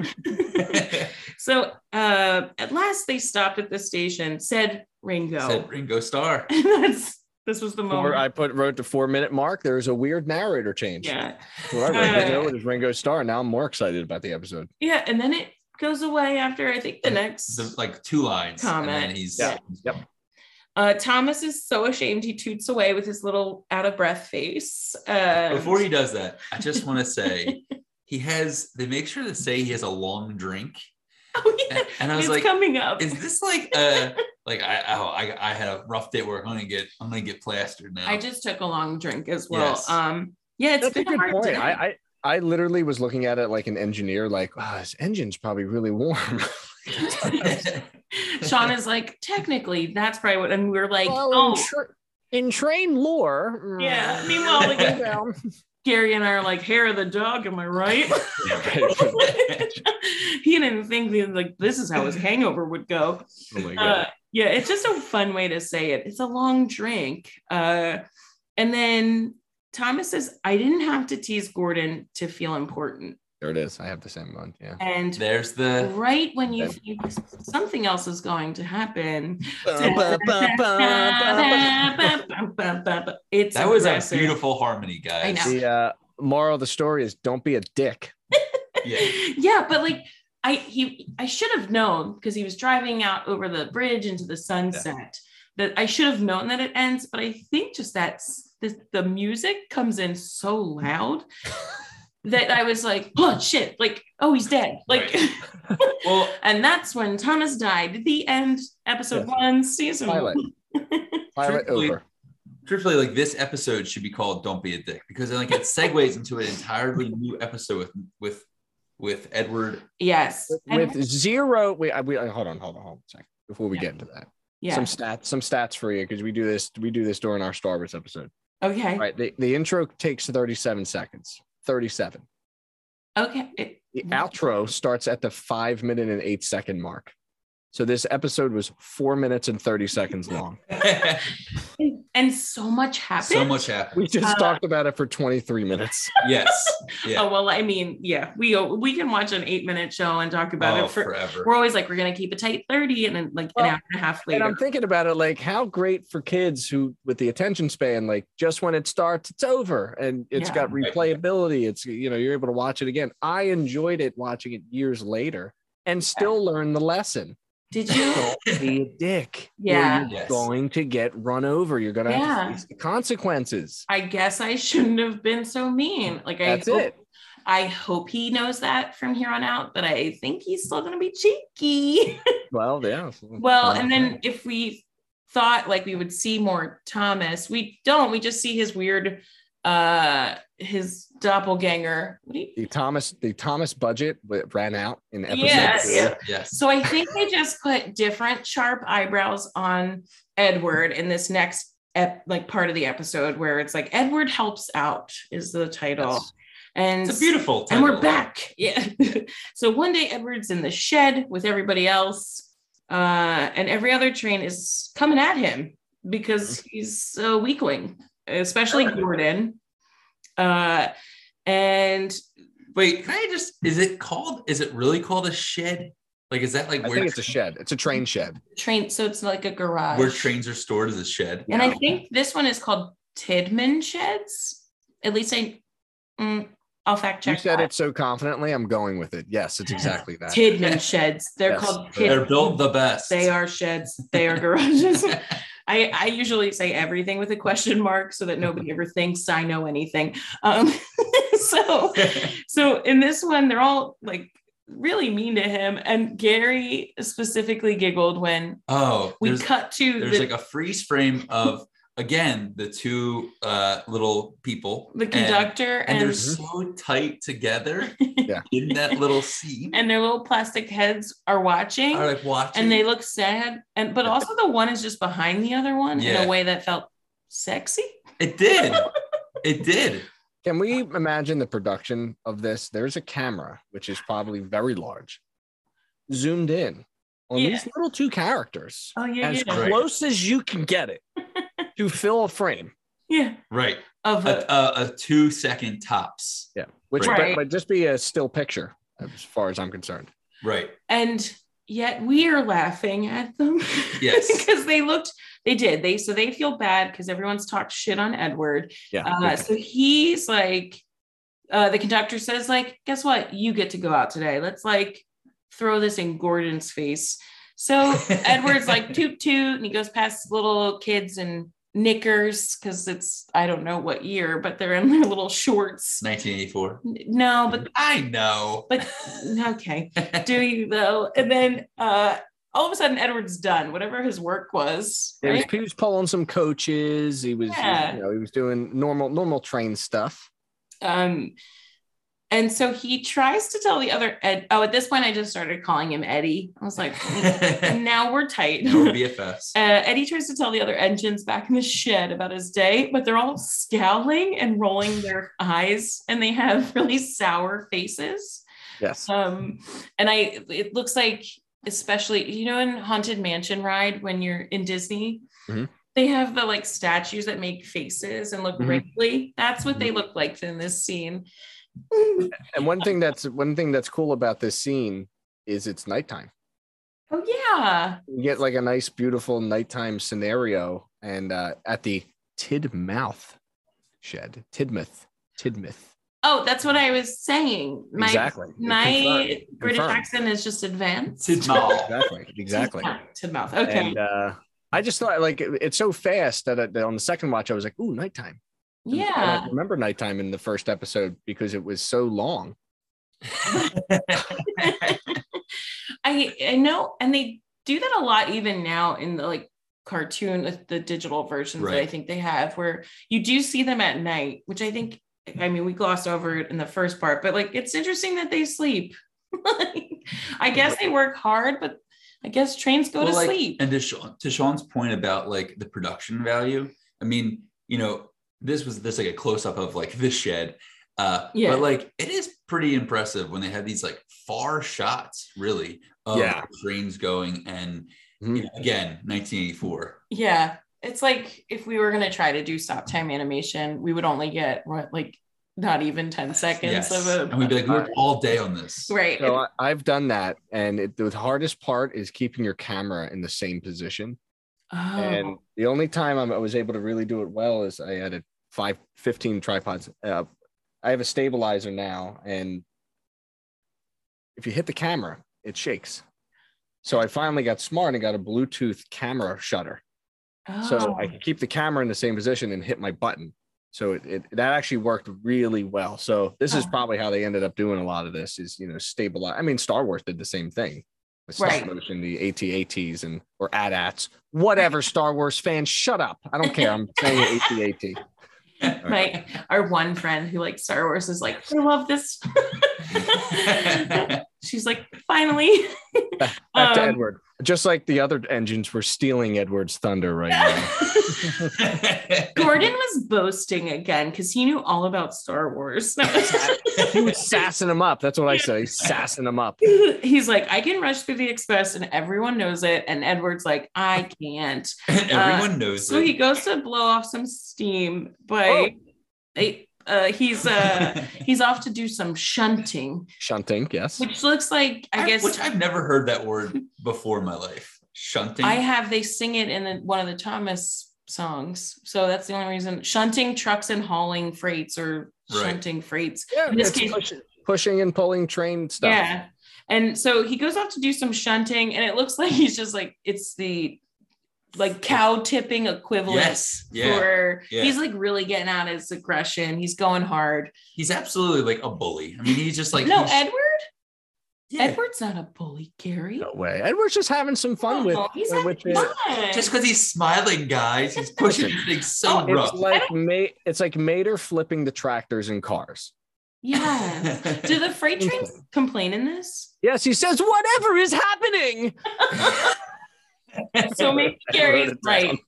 Speaker 1: shit. so uh, at last they stopped at the station, said Ringo.
Speaker 2: Said Ringo Starr.
Speaker 1: And that's this was the
Speaker 4: Four,
Speaker 1: moment.
Speaker 4: I put wrote the four minute mark. There was a weird narrator change.
Speaker 1: yeah.
Speaker 4: That's what I wrote.
Speaker 1: Uh,
Speaker 4: You know, it was Ringo Starr. Now I'm more excited about the episode.
Speaker 1: Yeah. And then it goes away after I think the next
Speaker 2: The, like two lines. And
Speaker 1: Comment.
Speaker 2: then he's
Speaker 1: Yeah. uh, Thomas is so ashamed he toots away with his little out of breath face. Um,
Speaker 2: before he does that, I just want to say he has they make sure to say he has a long drink.
Speaker 1: oh, yeah.
Speaker 2: And, and I was
Speaker 1: it's
Speaker 2: like,
Speaker 1: coming up.
Speaker 2: is this like a like I oh I, I had a rough day at work. I'm gonna get I'm gonna get plastered now.
Speaker 1: I just took a long drink as well.
Speaker 2: Yes.
Speaker 1: Um, yeah, it's
Speaker 4: That's a
Speaker 1: been
Speaker 4: good
Speaker 1: hard
Speaker 4: point.
Speaker 1: day.
Speaker 4: I, I I literally was looking at it like an engineer, like, oh, this engine's probably really warm.
Speaker 1: Sean is like, technically, that's probably what, and we're like, oh,
Speaker 4: in train lore. mm,
Speaker 1: yeah. Meanwhile, like, Gary and I are like, hair of the dog, am I right? he didn't think that, like this is how his hangover would go.
Speaker 4: oh my
Speaker 1: Uh,
Speaker 4: god.
Speaker 1: yeah, it's just a fun way to say it. It's a long drink. Uh, and then Thomas says, I didn't have to tease Gordon to feel important.
Speaker 4: There it is. I have the same one. Yeah.
Speaker 1: And
Speaker 2: There's the
Speaker 1: right when you
Speaker 4: Okay.
Speaker 1: think something else is going to happen, it's
Speaker 2: that was a
Speaker 1: aggressive.
Speaker 2: beautiful harmony, guys.
Speaker 1: I know.
Speaker 4: The uh, moral of the story is don't be a dick.
Speaker 2: Yeah.
Speaker 1: yeah, but like I he I should have known because he was driving out over the bridge into the sunset that I should have known that it ends, but I think just that s- the, the music comes in so loud that I was like, oh shit, like oh he's dead. Like
Speaker 2: Well,
Speaker 1: and that's when Thomas died. The end, episode
Speaker 4: Yes.
Speaker 1: one, season
Speaker 4: Pilot.
Speaker 1: one.
Speaker 4: Pilot
Speaker 2: Truthfully-
Speaker 4: over.
Speaker 2: truthfully, like this episode should be called "Don't Be a Dick" because like it segues into an entirely new episode with with with Edward.
Speaker 1: Yes. And-
Speaker 4: With zero. We, I, we uh, hold on, hold on, hold on a second before we
Speaker 1: Yeah.
Speaker 4: get into that.
Speaker 1: yeah.
Speaker 4: Some stats, some stats for you because we do this. We do this during our Star Wars episode.
Speaker 1: okay.
Speaker 4: All right. The, the intro takes 37 seconds. 37.
Speaker 1: Okay. It-
Speaker 4: The
Speaker 1: Wow.
Speaker 4: outro starts at the five minute and eight second mark. So this episode was four minutes and 30 seconds long.
Speaker 1: and, and so much happened.
Speaker 2: so much happened.
Speaker 4: We just
Speaker 1: Uh,
Speaker 4: talked about it for 23 minutes.
Speaker 2: Yes. Yeah.
Speaker 1: Oh well, I mean, yeah, we we can watch an eight minute show and talk about
Speaker 2: Oh,
Speaker 1: it for.
Speaker 2: forever.
Speaker 1: We're always like we're gonna keep a tight thirty, and then like
Speaker 4: Well,
Speaker 1: an hour and a half
Speaker 4: And I'm
Speaker 1: later.
Speaker 4: thinking about it like how great for kids who with the attention span, like just when it starts, it's over and it's
Speaker 1: Yeah.
Speaker 4: got replayability. It's you know, you're able to watch it again. I enjoyed it watching it years later and still learn the lesson.
Speaker 1: Did you?
Speaker 4: Don't be a dick. or
Speaker 1: Yeah.
Speaker 4: You're
Speaker 2: Yes.
Speaker 4: going to get run over. You're gonna have
Speaker 1: Yeah.
Speaker 4: to face the consequences.
Speaker 1: I guess I shouldn't have been so mean. Like I
Speaker 4: That's
Speaker 1: hope,
Speaker 4: it.
Speaker 1: I hope he knows that from here on out. But I think he's still gonna be cheeky.
Speaker 4: Well, yeah. Uh,
Speaker 1: well, and then if we thought like we would see more Thomas, we don't. We just see his weird, uh, his doppelganger. What do you?
Speaker 4: the Thomas the Thomas budget w- ran out in episode
Speaker 1: Yes.
Speaker 4: two.
Speaker 1: Yeah.
Speaker 2: Yes.
Speaker 1: So I think they just put different sharp eyebrows on Edward in this next ep- like part of the episode where it's like Edward helps out is the title.
Speaker 4: Yes.
Speaker 1: And
Speaker 2: It's a beautiful.
Speaker 1: and we're
Speaker 2: title.
Speaker 1: back. Yeah. so one day Edward's in the shed with everybody else. Uh, and every other train is coming at him because
Speaker 2: Mm-hmm.
Speaker 1: he's a weakling, especially Gordon. Uh, and
Speaker 2: Wait, can I just? Is it called? Is it really called a shed? Like, is that like
Speaker 4: I
Speaker 2: where
Speaker 4: think it's a shed. It's a train shed.
Speaker 1: train, so it's like a garage.
Speaker 2: where trains are stored as a shed?
Speaker 1: And I think this one is called Tidman Sheds. At least I, mm, I'll fact
Speaker 4: You
Speaker 1: check.
Speaker 4: said
Speaker 1: that.
Speaker 4: it so confidently. I'm going with it. Yes, it's exactly that.
Speaker 1: Tidman Sheds. They're
Speaker 4: Yes.
Speaker 1: called Tid-
Speaker 2: They're built the best.
Speaker 1: They are sheds. They are garages. I, I usually say everything with a question mark so that nobody ever thinks I know anything. Um, so, so in this one, they're all like really mean to him. And Gary specifically giggled when
Speaker 2: Oh,
Speaker 1: we
Speaker 2: there's,
Speaker 1: cut to
Speaker 2: there's
Speaker 1: the,
Speaker 2: like a freeze frame of again the two uh, little people,
Speaker 1: the
Speaker 2: and-
Speaker 1: conductor
Speaker 2: and,
Speaker 1: and
Speaker 2: they're so tight together
Speaker 4: Yeah.
Speaker 2: in that little scene.
Speaker 1: and their little plastic heads are watching
Speaker 2: are like watching,
Speaker 1: and they look sad and but also the one is just behind the other one in
Speaker 2: Yeah.
Speaker 1: a way that felt sexy
Speaker 2: it did, it did.
Speaker 4: Can we imagine the production of this? There's a camera, which is probably very large, zoomed in on
Speaker 1: Yeah.
Speaker 4: these little two characters
Speaker 1: oh yeah
Speaker 4: as
Speaker 1: yeah
Speaker 2: Right.
Speaker 4: close as you can get it to fill a frame.
Speaker 1: Yeah.
Speaker 2: Right.
Speaker 1: Of a,
Speaker 2: A, a, a two second tops.
Speaker 4: Yeah. Which
Speaker 1: Right.
Speaker 4: but, but just be a still picture as far as I'm concerned.
Speaker 2: Right.
Speaker 1: and yet we are laughing at them.
Speaker 2: Yes.
Speaker 1: because they looked, they did. They so they feel bad because everyone's talked shit on Edward.
Speaker 4: Yeah.
Speaker 1: Uh, so he's like, uh, the conductor says, like, guess what? You get to go out today. Let's like throw this in Gordon's face. So Edward's like toot toot, and he goes past little kids in knickers because it's I don't know what year, but they're in their little shorts.
Speaker 2: 1984.
Speaker 1: N- No, but
Speaker 2: I know.
Speaker 1: but okay do you though? And then uh all of a sudden Edward's done, whatever his work was.
Speaker 4: He was,
Speaker 1: right?
Speaker 4: he was pulling some coaches. He was,
Speaker 1: Yeah.
Speaker 4: you know, he was doing normal, normal train stuff.
Speaker 1: Um and so he tries to tell the other Ed. Oh, at this point, I just started calling him Eddie. I was like, and now we're tight.
Speaker 2: Now we're BFFs.
Speaker 1: Uh, Eddie tries to tell the other engines back in the shed about his day, but they're all scowling and rolling their eyes, and they have really sour faces.
Speaker 4: Yes.
Speaker 1: um and i it looks like especially you know in haunted mansion ride when you're in disney
Speaker 4: Mhm.
Speaker 1: they have the like statues that make faces and look
Speaker 4: Mhm.
Speaker 1: wrinkly that's what they
Speaker 4: Mm-hmm.
Speaker 1: look like in this scene
Speaker 4: And one thing that's one thing that's cool about this scene is it's nighttime.
Speaker 1: oh yeah
Speaker 4: You get like a nice, beautiful nighttime scenario, and uh, at the Tidmouth shed, Tidmouth, Tidmouth.
Speaker 1: oh that's what i was saying my
Speaker 4: exactly.
Speaker 1: my
Speaker 4: Confirmed.
Speaker 1: british
Speaker 4: Confirmed.
Speaker 1: accent is just advanced
Speaker 2: Sid Mall.
Speaker 4: Exactly. Exactly.
Speaker 1: Yeah, to mouth okay
Speaker 4: And uh, I just thought like it- it's so fast that, I, that on the second watch I was like, "Ooh, nighttime." And I
Speaker 1: yeah
Speaker 4: don't remember nighttime in the first episode because it was so long.
Speaker 1: I I know, and they do that a lot even now in the like cartoon with the digital versions that I
Speaker 2: Right.
Speaker 1: think they have, where you do see them at night, which I think I mean we glossed over it in the first part, but like it's interesting that they sleep. Like, I guess they work hard, but I guess trains go to
Speaker 2: Well, like,
Speaker 1: sleep.
Speaker 2: And to, Sean, to Sean's point about like the production value, I mean, you know, this was this like a close up of like this shed. Uh,
Speaker 1: Yeah.
Speaker 2: But like it is pretty impressive when they have these like far shots, really, of
Speaker 4: Yeah.
Speaker 2: trains going. And
Speaker 4: Mhm.
Speaker 2: you know, again, 1984.
Speaker 1: Yeah. It's like if we were gonna try to do stop time animation, we would only get what like not even 10 seconds
Speaker 2: Yes.
Speaker 1: of
Speaker 2: and
Speaker 1: a
Speaker 2: we'd be like, we worked all day on this.
Speaker 1: right.
Speaker 4: So I, I've done that, and it, the hardest part is keeping your camera in the same position.
Speaker 1: oh.
Speaker 4: And the only time I'm, I was able to really do it well is I had a five, 15 tripods. Uh, I have a stabilizer now, and if you hit the camera, it shakes. So I finally got smart and got a Bluetooth camera shutter. So
Speaker 1: Oh.
Speaker 4: I can keep the camera in the same position and hit my button. So it, it that actually worked really well. So this is
Speaker 1: Oh.
Speaker 4: probably how they ended up doing a lot of this is you know stabilize. I mean, Star Wars did the same thing with stop
Speaker 1: Right.
Speaker 4: motion, the ATATs and or AT-ATs, whatever. Star Wars fans, shut up! I don't care. I'm saying ATAT.
Speaker 1: my our one friend who likes Star Wars is like, I love this. She's like, finally.
Speaker 4: Back, back to
Speaker 1: Um,
Speaker 4: Edward. Just like the other engines were stealing Edward's thunder right now.
Speaker 1: Gordon was boasting again because he knew all about Star Wars.
Speaker 4: he was sassing him up. That's what I say. Sassing him up.
Speaker 1: He's like, I can rush through the express and everyone knows it. And Edward's like, I can't.
Speaker 2: Everyone knows
Speaker 1: So
Speaker 2: it.
Speaker 1: he goes to blow off some steam by uh, he's uh he's off to do some shunting,
Speaker 4: Shunting, yes.
Speaker 1: which looks like I guess
Speaker 2: which I've never heard that word before in my life. Shunting.
Speaker 1: I have they sing it in the, one of the Thomas songs. So that's the only reason shunting trucks and hauling freights or
Speaker 2: Right.
Speaker 1: shunting freights.
Speaker 4: Yeah,
Speaker 1: In this
Speaker 4: it's
Speaker 1: case-
Speaker 4: push- pushing and pulling train stuff.
Speaker 1: Yeah. And so he goes off to do some shunting and it looks like he's just like it's the like cow tipping equivalent
Speaker 2: yes. Yeah.
Speaker 1: for
Speaker 2: Yeah.
Speaker 1: he's like really getting out his aggression. He's going hard.
Speaker 2: He's absolutely like a bully. I mean, he's just like
Speaker 1: no,
Speaker 2: he's-
Speaker 1: Edward?
Speaker 2: yeah.
Speaker 1: Edward's not a bully, Gary.
Speaker 4: No way. Edward's just having some fun with
Speaker 1: No, he's
Speaker 4: uh,
Speaker 1: having
Speaker 4: with it.
Speaker 1: fun.
Speaker 2: Just because he's smiling, guys, he's pushing things so
Speaker 1: Oh,
Speaker 2: rough.
Speaker 4: It's like Ma- it's like Mater flipping the tractors and cars.
Speaker 1: yeah. Do the freight trains complain in this?
Speaker 4: Yes, he says whatever is happening.
Speaker 1: So maybe Gary's right.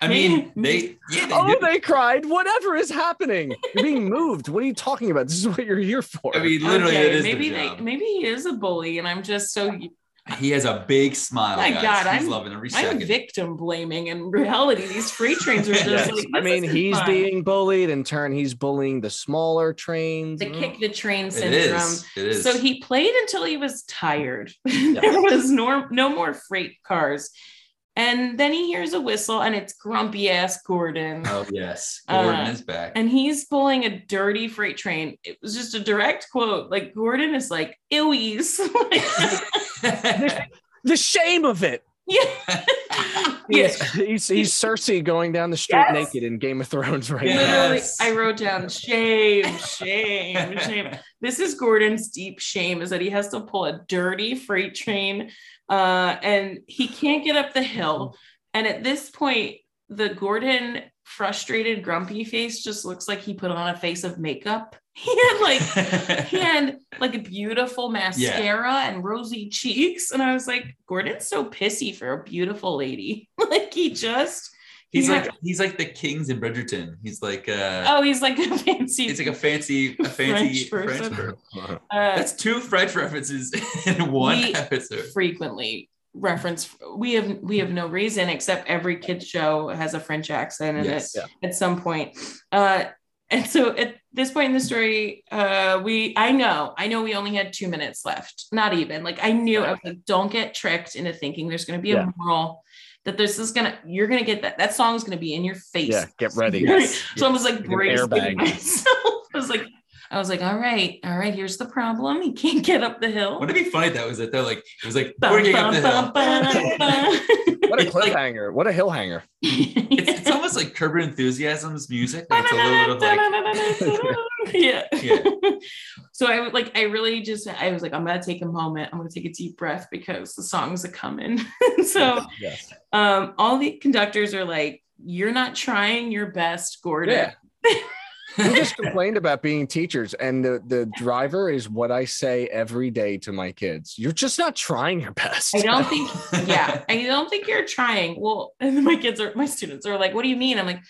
Speaker 2: I mean, they yeah, they
Speaker 4: Oh,
Speaker 2: do.
Speaker 4: they cried, whatever is happening. You're being moved. What are you talking about? This is what you're here for.
Speaker 2: I mean, literally,
Speaker 1: Okay,
Speaker 2: it is
Speaker 1: maybe
Speaker 2: their
Speaker 1: they
Speaker 2: job.
Speaker 1: maybe he is a bully, and I'm just so
Speaker 2: He has a big smile.
Speaker 1: My
Speaker 2: guys.
Speaker 1: God,
Speaker 2: he's
Speaker 1: I'm-
Speaker 2: loving every
Speaker 1: I'm
Speaker 2: 2nd
Speaker 1: victim blaming. In reality, these free trains are just
Speaker 2: Yes.
Speaker 1: like.
Speaker 4: I
Speaker 1: this
Speaker 4: mean,
Speaker 1: isn't
Speaker 4: he's
Speaker 1: fun.
Speaker 4: being bullied. In turn, he's bullying the smaller trains. Mm.
Speaker 1: the kick the train
Speaker 2: It
Speaker 1: syndrome.
Speaker 2: is. It is.
Speaker 1: So he played until he was tired. there was no, no more freight cars. And then he hears a whistle and it's grumpy ass Gordon.
Speaker 2: Oh yes, Gordon
Speaker 1: Uh,
Speaker 2: is back.
Speaker 1: And he's pulling a dirty freight train. It was just a direct quote. Like Gordon is like, ewies. Like,
Speaker 4: The shame of it.
Speaker 1: yeah.
Speaker 4: He's,
Speaker 1: Yes.
Speaker 4: he's, he's Cersei going down the street
Speaker 1: Yes.
Speaker 4: naked in Game of Thrones right
Speaker 2: Yeah.
Speaker 4: now.
Speaker 1: Literally,
Speaker 2: Yes.
Speaker 1: I wrote down shame, shame, shame. This is Gordon's deep shame is that he has to pull a dirty freight train uh, and he can't get up the hill. And at this point, the Gordon frustrated, grumpy face just looks like he put on a face of makeup. He had like he had like a beautiful mascara and rosy cheeks. And I was like, Gordon's so pissy for a beautiful lady. like he just
Speaker 2: he's
Speaker 1: Yeah.
Speaker 2: like he's like the kings in Bridgerton. He's like uh,
Speaker 1: oh, he's like a fancy
Speaker 2: he's like a fancy a fancy
Speaker 1: French
Speaker 2: French
Speaker 1: person.
Speaker 2: person.
Speaker 1: uh,
Speaker 2: That's two French references in one
Speaker 1: We-
Speaker 2: episode.
Speaker 1: frequently reference we have we have no reason except every kid's show has a french accent in
Speaker 2: Yes.
Speaker 1: it at some point uh and so at this point in the story uh we i know i know we only had two minutes left not even like i knew i was like don't get tricked into thinking there's going to be
Speaker 4: Yeah.
Speaker 1: a moral that this is gonna you're gonna get that that song's gonna be in your face
Speaker 4: Yeah, get ready.
Speaker 2: Yes.
Speaker 1: so I was like
Speaker 4: an
Speaker 1: bracing
Speaker 4: airbag.
Speaker 1: myself. I was like, I was like, all right, all right, here's the problem. He can't get up the hill.
Speaker 2: Wouldn't it be funny if that was it though? Like it was like
Speaker 1: Bum,
Speaker 2: we're getting up
Speaker 1: bum,
Speaker 2: the
Speaker 1: bum, bum,
Speaker 2: hill.
Speaker 1: bum.
Speaker 4: What a
Speaker 2: It's like-
Speaker 4: cliffhanger. What a hill hanger.
Speaker 2: It's, it's almost like Curb Your Enthusiasm's music. Like, it's a little bit of like
Speaker 1: yeah.
Speaker 2: yeah.
Speaker 1: So I would, like I really just I was like I'm gonna take a moment I'm gonna take a deep breath because the songs are coming. so
Speaker 4: Yes.
Speaker 1: um all the conductors are like you're not trying your best, Gordon.
Speaker 4: Yeah. We just complained about being teachers, and the, the driver is what I say every day to my kids. You're just not trying your best.
Speaker 1: I don't think yeah, I don't think you're trying. Well, and then my kids are my students are like, what do you mean? I'm like,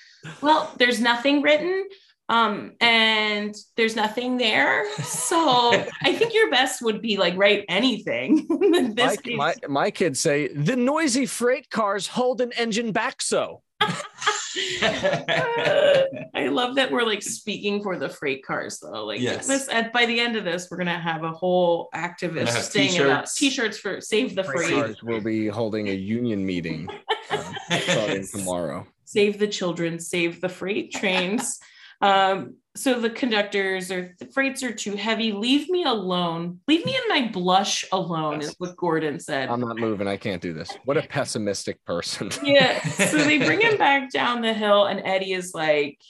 Speaker 1: well, there's nothing written. Um, and there's nothing there. So I think your best would be like write anything. In this
Speaker 4: my,
Speaker 1: case,
Speaker 4: my, my kids say the noisy freight cars hold an engine back so.
Speaker 1: I love that we're like speaking for the freight cars though. Like
Speaker 2: Yes.
Speaker 1: this at by the end of this, we're gonna have a whole activist
Speaker 2: have
Speaker 1: thing about
Speaker 2: t-shirts.
Speaker 1: t-shirts for save the
Speaker 4: Freight
Speaker 1: freight,
Speaker 4: cars will be holding a union meeting um, starting tomorrow.
Speaker 1: save the children, save the freight trains. um, so the conductors are the freights are too heavy. Leave me alone. Leave me in my blush alone is what Gordon said.
Speaker 4: I'm not moving. I can't do this. What a pessimistic person.
Speaker 1: yeah. So they bring him back down the hill, and Eddie is like,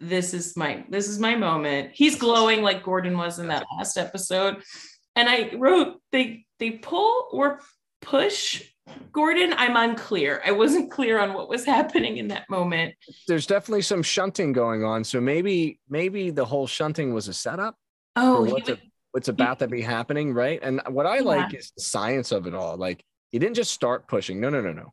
Speaker 1: "This is my this is my moment." He's glowing like Gordon was in that last episode. And I wrote they they pull or push Gordon. I'm unclear. I wasn't clear on what was happening in that moment.
Speaker 4: There's definitely some shunting going on. So maybe maybe the whole shunting was a setup.
Speaker 1: Oh,
Speaker 4: for
Speaker 1: he
Speaker 4: what's,
Speaker 1: would,
Speaker 4: a- what's about to be happening, right? And what I
Speaker 1: Yeah.
Speaker 4: like is the science of it all. Like he didn't just start pushing. No, no, no, no.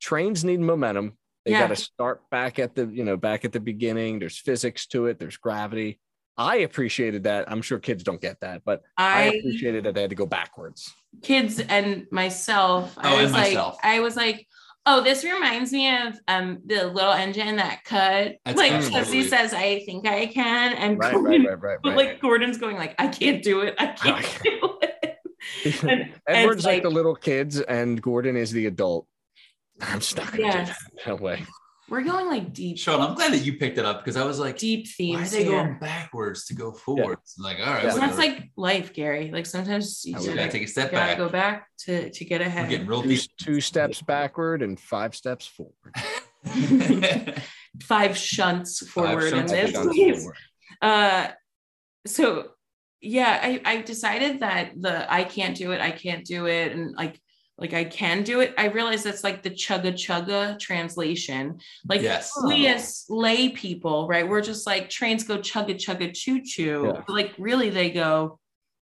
Speaker 4: Trains need momentum. They
Speaker 1: Yeah.
Speaker 4: got to start back at the you know back at the beginning. There's physics to it. There's gravity. I appreciated that. I'm sure kids don't get that, but I,
Speaker 1: I,
Speaker 4: appreciated that they had to go backwards.
Speaker 1: kids and myself.
Speaker 2: Oh,
Speaker 1: I
Speaker 2: and
Speaker 1: was like,
Speaker 2: myself.
Speaker 1: I was like, oh, this reminds me of um the little engine that cut.
Speaker 2: That's
Speaker 1: like because
Speaker 2: absolutely-
Speaker 1: he says, I think I can, and
Speaker 4: Right,
Speaker 1: Gordon-
Speaker 4: right, right, right,
Speaker 1: but
Speaker 4: right.
Speaker 1: like Gordon's going like, I can't do it. I
Speaker 2: Oh,
Speaker 1: can't do it. and
Speaker 4: Edward's like,
Speaker 1: like-
Speaker 4: the little kids, and Gordon is the adult. I'm just not gonna do
Speaker 1: Yes.
Speaker 4: that. No way.
Speaker 1: We're going like deep,
Speaker 2: Sean, I'm glad that you picked it up because I was like,
Speaker 1: deep
Speaker 2: why are
Speaker 1: themes
Speaker 2: they going
Speaker 1: here.
Speaker 2: backwards to go forwards? I'm Like, all right,
Speaker 4: Yeah.
Speaker 1: So
Speaker 2: whatever.
Speaker 1: that's like life, Gary. Like sometimes you
Speaker 4: I
Speaker 1: just
Speaker 2: we
Speaker 4: would
Speaker 2: gotta
Speaker 1: gotta,
Speaker 2: take a step
Speaker 1: gotta
Speaker 2: back.
Speaker 1: go back to to get
Speaker 2: We're getting
Speaker 1: ahead.
Speaker 2: real
Speaker 4: Two,
Speaker 2: deep.
Speaker 4: two steps backward and five steps forward.
Speaker 1: Five shunts forward
Speaker 2: shunts
Speaker 1: in
Speaker 4: Five
Speaker 1: this.
Speaker 4: steps
Speaker 1: Please.
Speaker 4: forward.
Speaker 1: Uh, so yeah, I, I decided that the I can't do it, I can't do it, and like like I can do it. I realized that's like the chugga chugga translation. Like
Speaker 2: Yes.
Speaker 1: we as lay people, right? We're just like trains go chugga chugga choo choo.
Speaker 4: Yeah.
Speaker 1: But Like really, they go,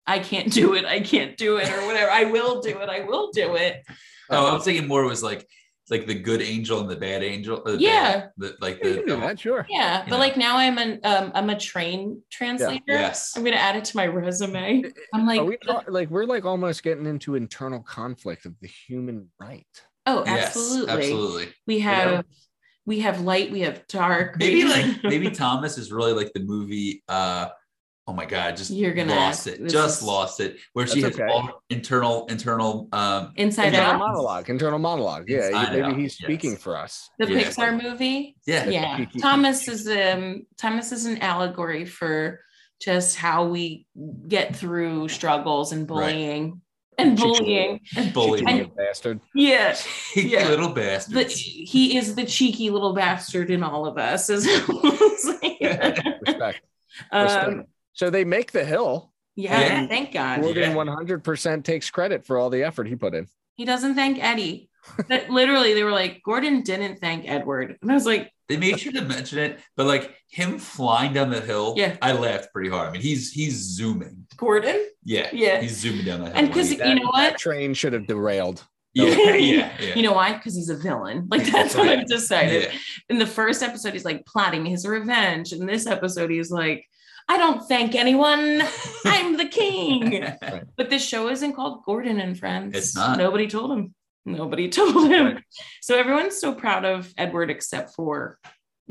Speaker 1: I can't do it, I can't do it, or whatever. I will do it, I will do it.
Speaker 2: Oh, I was thinking more was like, like the good angel and the bad angel. uh,
Speaker 1: Yeah.
Speaker 2: bad- the- like
Speaker 4: You can do
Speaker 2: the
Speaker 4: that, sure.
Speaker 1: Yeah, but
Speaker 2: Yeah.
Speaker 1: like now I'm an um, I'm a train translator.
Speaker 2: yes.
Speaker 1: I'm gonna add it to my resume. I'm like, uh
Speaker 4: Are we talk- like we're like almost getting into internal conflict of the human right.
Speaker 1: oh,
Speaker 2: Yes,
Speaker 1: absolutely.
Speaker 2: absolutely.
Speaker 1: We have we have light, we have dark.
Speaker 2: Maybe
Speaker 1: we-
Speaker 2: like maybe Thomas is really like the movie. uh Oh my God! Just
Speaker 1: You're gonna
Speaker 2: lost
Speaker 1: ask-
Speaker 2: it.
Speaker 1: this
Speaker 2: Just
Speaker 1: is-
Speaker 2: lost it. Where she has
Speaker 4: That's okay.
Speaker 2: all internal internal um
Speaker 1: Inside
Speaker 2: Yeah.
Speaker 4: Internal
Speaker 1: Out,
Speaker 4: monologue. Internal monologue. Yeah,
Speaker 2: Inside
Speaker 4: maybe
Speaker 2: out,
Speaker 4: he's
Speaker 2: yes.
Speaker 4: speaking for us.
Speaker 1: the
Speaker 2: Yeah.
Speaker 1: Pixar movie.
Speaker 2: yeah.
Speaker 1: Yeah, Thomas is um Thomas is an allegory for just how we get through struggles and
Speaker 2: Right.
Speaker 1: bullying and
Speaker 4: Choo-choo.
Speaker 1: bullying.
Speaker 2: and
Speaker 4: Cheeky
Speaker 2: bullying.
Speaker 1: And-
Speaker 4: little bastard.
Speaker 1: Yeah,
Speaker 2: Cheeky
Speaker 1: yeah.
Speaker 2: little
Speaker 1: the,
Speaker 2: bastards.
Speaker 1: he is the cheeky little bastard in all of us. Is
Speaker 4: Respect.
Speaker 1: um,
Speaker 4: So they make the hill.
Speaker 1: yeah,
Speaker 2: Yeah.
Speaker 1: Thank God.
Speaker 4: Morgan
Speaker 2: Yeah.
Speaker 4: 100% takes credit for all the effort he put in.
Speaker 1: He doesn't thank Eddie. But literally, they were like, Gordon didn't thank Edward. And I was like,
Speaker 2: They made sure to mention it, but like him flying down the hill,
Speaker 1: Yeah.
Speaker 2: I laughed pretty hard. I mean, he's he's zooming.
Speaker 1: Gordon?
Speaker 2: Yeah,
Speaker 1: Yeah.
Speaker 2: he's zooming down the hill.
Speaker 1: And because
Speaker 2: yeah,
Speaker 1: you know
Speaker 4: That
Speaker 1: what?
Speaker 4: train should have derailed.
Speaker 2: yeah, yeah,
Speaker 1: You know why? Because he's a villain. Like, that's what I've decided.
Speaker 2: yeah.
Speaker 1: In the first episode, he's like plotting his revenge. In this episode, he's like, I don't thank anyone. I'm the king. But this show isn't called Gordon and Friends.
Speaker 2: It's not.
Speaker 1: Nobody told him. Nobody told him. So everyone's so proud of Edward except for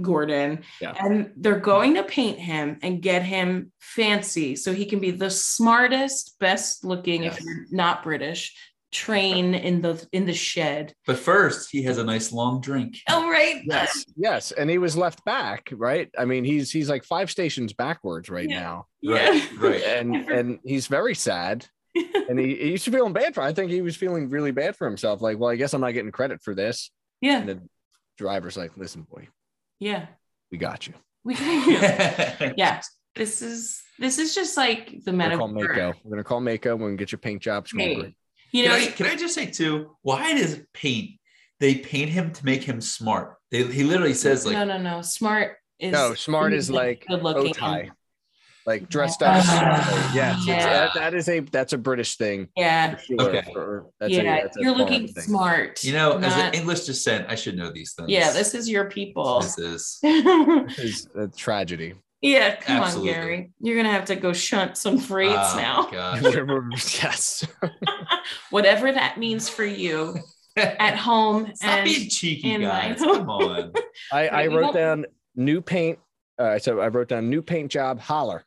Speaker 1: Gordon.
Speaker 4: Yeah.
Speaker 1: And they're going to paint him and get him fancy so he can be the smartest, best looking, if
Speaker 2: Yes.
Speaker 1: you're not British, train in the in the shed.
Speaker 2: But first, he has a nice long drink.
Speaker 1: Oh right.
Speaker 4: Yes, yes, and he was left back, right? I mean, he's he's like five stations backwards right
Speaker 1: Yeah.
Speaker 4: now,
Speaker 1: Yeah.
Speaker 2: Right, right.
Speaker 4: and and he's very sad, and he he's feeling bad for. I think he was feeling really bad for himself. Like, well, I guess I'm not getting credit for this.
Speaker 1: Yeah.
Speaker 4: And the driver's like, "Listen, boy,
Speaker 1: Yeah.
Speaker 4: we got you.
Speaker 1: We yeah. This is this is just like the
Speaker 4: We're gonna
Speaker 1: metaphor.
Speaker 4: call Mako. We're gonna call Mako. We're gonna get your paint job. It's gonna be
Speaker 1: Hey,
Speaker 4: great.
Speaker 1: You
Speaker 2: Can
Speaker 1: know,
Speaker 2: I, can I just say too? Why does paint? They paint him to make him smart. They he literally says like
Speaker 1: no, no, no. Smart is
Speaker 4: No, smart is like
Speaker 1: good
Speaker 4: bow
Speaker 1: looking.
Speaker 4: tie, like dressed up. smartly. yes, it's-
Speaker 1: Yeah.
Speaker 4: that- that is a that's a British thing.
Speaker 1: Yeah.
Speaker 4: For sure.
Speaker 2: Okay.
Speaker 4: For- that's a-
Speaker 1: yeah.
Speaker 4: that's a
Speaker 1: You're
Speaker 4: foreign
Speaker 1: looking
Speaker 4: thing.
Speaker 1: smart.
Speaker 2: you know, as
Speaker 1: not-
Speaker 2: an English descent, I should know these things.
Speaker 1: Yeah, this is your people.
Speaker 2: this is
Speaker 1: yeah,
Speaker 4: This is a tragedy.
Speaker 1: come
Speaker 2: Absolutely.
Speaker 1: on, Gary. You're gonna have to go shunt some freights
Speaker 2: Oh my
Speaker 1: now.
Speaker 2: gosh.
Speaker 4: yes.
Speaker 1: Whatever that means for you at home
Speaker 2: Stop
Speaker 1: and
Speaker 2: being cheeky,
Speaker 1: and like-
Speaker 2: guys. Come on.
Speaker 4: I, I
Speaker 1: we
Speaker 4: wrote
Speaker 1: won't-
Speaker 4: down new paint. Uh, so I wrote down new paint job holler.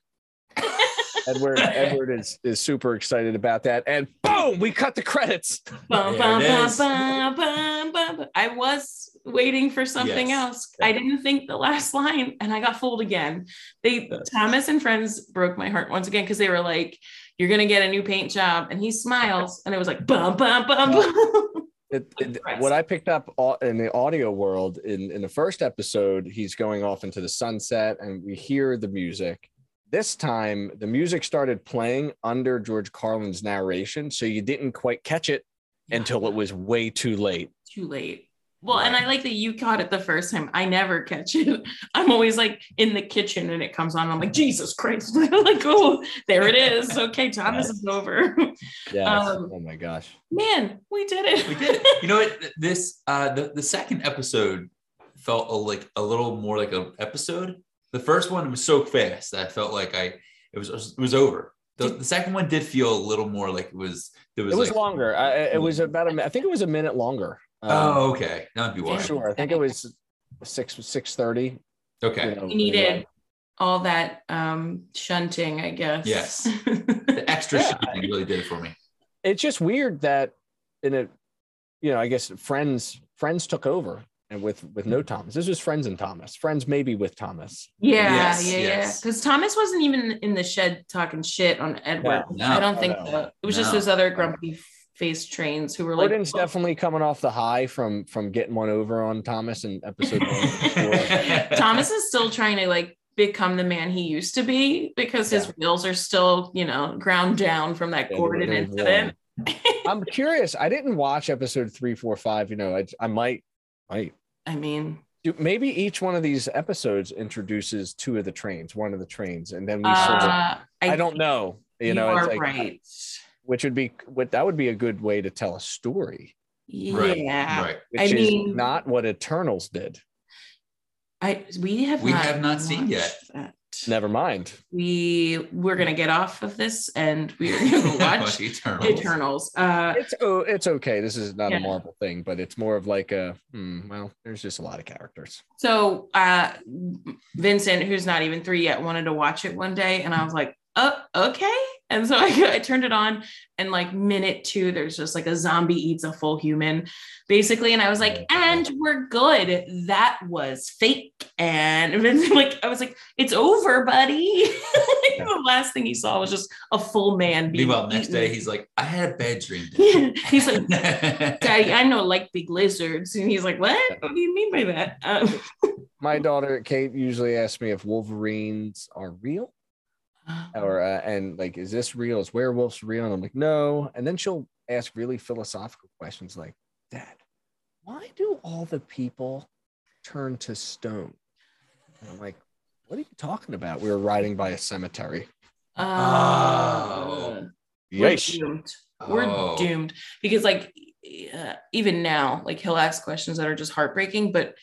Speaker 4: Edward Edward is is super excited about that. And boom, we cut the credits.
Speaker 1: bum,
Speaker 2: There
Speaker 1: bum,
Speaker 2: it
Speaker 1: bum,
Speaker 2: is.
Speaker 1: bum, bum, bum, bum. I was waiting for something
Speaker 2: Yes.
Speaker 1: else. I didn't think the last line and I got fooled again. They
Speaker 2: Yes.
Speaker 1: Thomas and friends broke my heart once again because they were like, You're gonna get a new paint job. And he smiles and it was like bum bum bum bum.
Speaker 4: It- it-
Speaker 1: Impressed.
Speaker 4: what I picked up au- in the audio world in, in the first episode, he's going off into the sunset and we hear the music. This time, the music started playing under George Carlin's narration. So you didn't quite catch it until it was way too late.
Speaker 1: too late. Well, and I like that you caught it the first time. I never catch it. I'm always like in the kitchen and it comes on. I'm like, Jesus Christ. like, oh, there it is. Okay, Thomas is over.
Speaker 4: Yes.
Speaker 1: Um,
Speaker 4: oh my gosh.
Speaker 1: Man, we did it.
Speaker 2: We did. it. You know what? This uh the, the second episode felt a, like a little more like an episode. The first one was so fast that I felt like I it was it was over. The, the second one did feel a little more like it was there was
Speaker 4: It was
Speaker 2: like-
Speaker 4: longer. I, I- it was about a. mi- I think it was a minute longer. Um,
Speaker 2: Oh, okay. That would be why.
Speaker 4: for sure. I think it was six six thirty.
Speaker 2: Okay.
Speaker 1: We needed all that um shunting, I guess.
Speaker 2: Yes. The extra
Speaker 4: Yeah.
Speaker 2: shooting really did it for me.
Speaker 4: It's just weird that in a, you know, I guess friends friends took over and with with
Speaker 1: Hmm.
Speaker 4: no Thomas. This was friends and Thomas. Friends maybe with Thomas.
Speaker 1: Yeah,
Speaker 2: Yes,
Speaker 1: yeah,
Speaker 2: yes.
Speaker 1: yeah. Because Thomas wasn't even in the shed talking shit on Edward.
Speaker 2: No,
Speaker 1: I don't
Speaker 4: no,
Speaker 1: think
Speaker 4: no.
Speaker 1: so. It was just
Speaker 2: No.
Speaker 1: those other grumpy faced trains who were like,
Speaker 4: Gordon's definitely coming off the high from from getting one over on Thomas in episode one.
Speaker 1: Thomas is still trying to like become the man he used to be because his wheels are still, you know, ground down from that
Speaker 4: Yeah, they were-
Speaker 1: Gordon
Speaker 4: they were
Speaker 1: incident.
Speaker 4: I'm curious. I didn't watch episode three, four, five. You know, I I might might
Speaker 1: I mean,
Speaker 4: Do, maybe each one of these episodes introduces two of the trains, one of the trains, and then we. sort of,
Speaker 1: uh,
Speaker 4: I don't know. You know,
Speaker 1: are
Speaker 4: it's like
Speaker 1: right.
Speaker 4: which would be what that would be a good way to tell a story.
Speaker 2: Right,
Speaker 1: Yeah.
Speaker 2: right.
Speaker 4: which
Speaker 1: I
Speaker 4: is
Speaker 1: mean-
Speaker 4: not what Eternals did.
Speaker 1: I we have
Speaker 2: We
Speaker 1: not
Speaker 2: have not seen yet.
Speaker 1: watched that.
Speaker 4: Never mind.
Speaker 1: We we're gonna get off of this and we're gonna watch
Speaker 2: Eternals.
Speaker 1: Eternals. Uh,
Speaker 4: It's oh, it's okay. This is not
Speaker 1: Yeah.
Speaker 4: a Marvel thing, but it's more of like a hmm, well, there's just a lot of characters.
Speaker 1: so uh, Vincent, who's not even three yet, wanted to watch it one day, and I was like, "Oh, okay." And so I, I turned it on, and like minute two, there's just like a zombie eats a full human, basically, and I was like, "And we're good." That was fake, and Vincent, like I was like, "It's over, buddy." Like,
Speaker 4: Yeah.
Speaker 1: The last thing he saw was just a full man. being
Speaker 2: Meanwhile, next
Speaker 1: eaten.
Speaker 2: day he's like, I had a bad dream.
Speaker 1: Yeah. He's like,
Speaker 2: Daddy.
Speaker 1: Daddy, I know like big lizards. And he's like, What? What do you mean by that? Um,
Speaker 4: My daughter Kate usually asks me if Wolverines are real. or uh, and like is this real is werewolves real and i'm like no and then she'll ask really philosophical questions like dad why do all the people turn to stone and i'm like what are you talking about we were riding by a cemetery
Speaker 1: Uh, We're doomed. We're
Speaker 2: Oh.
Speaker 1: doomed because, like, uh, even now, like, he'll ask questions that are just heartbreaking. But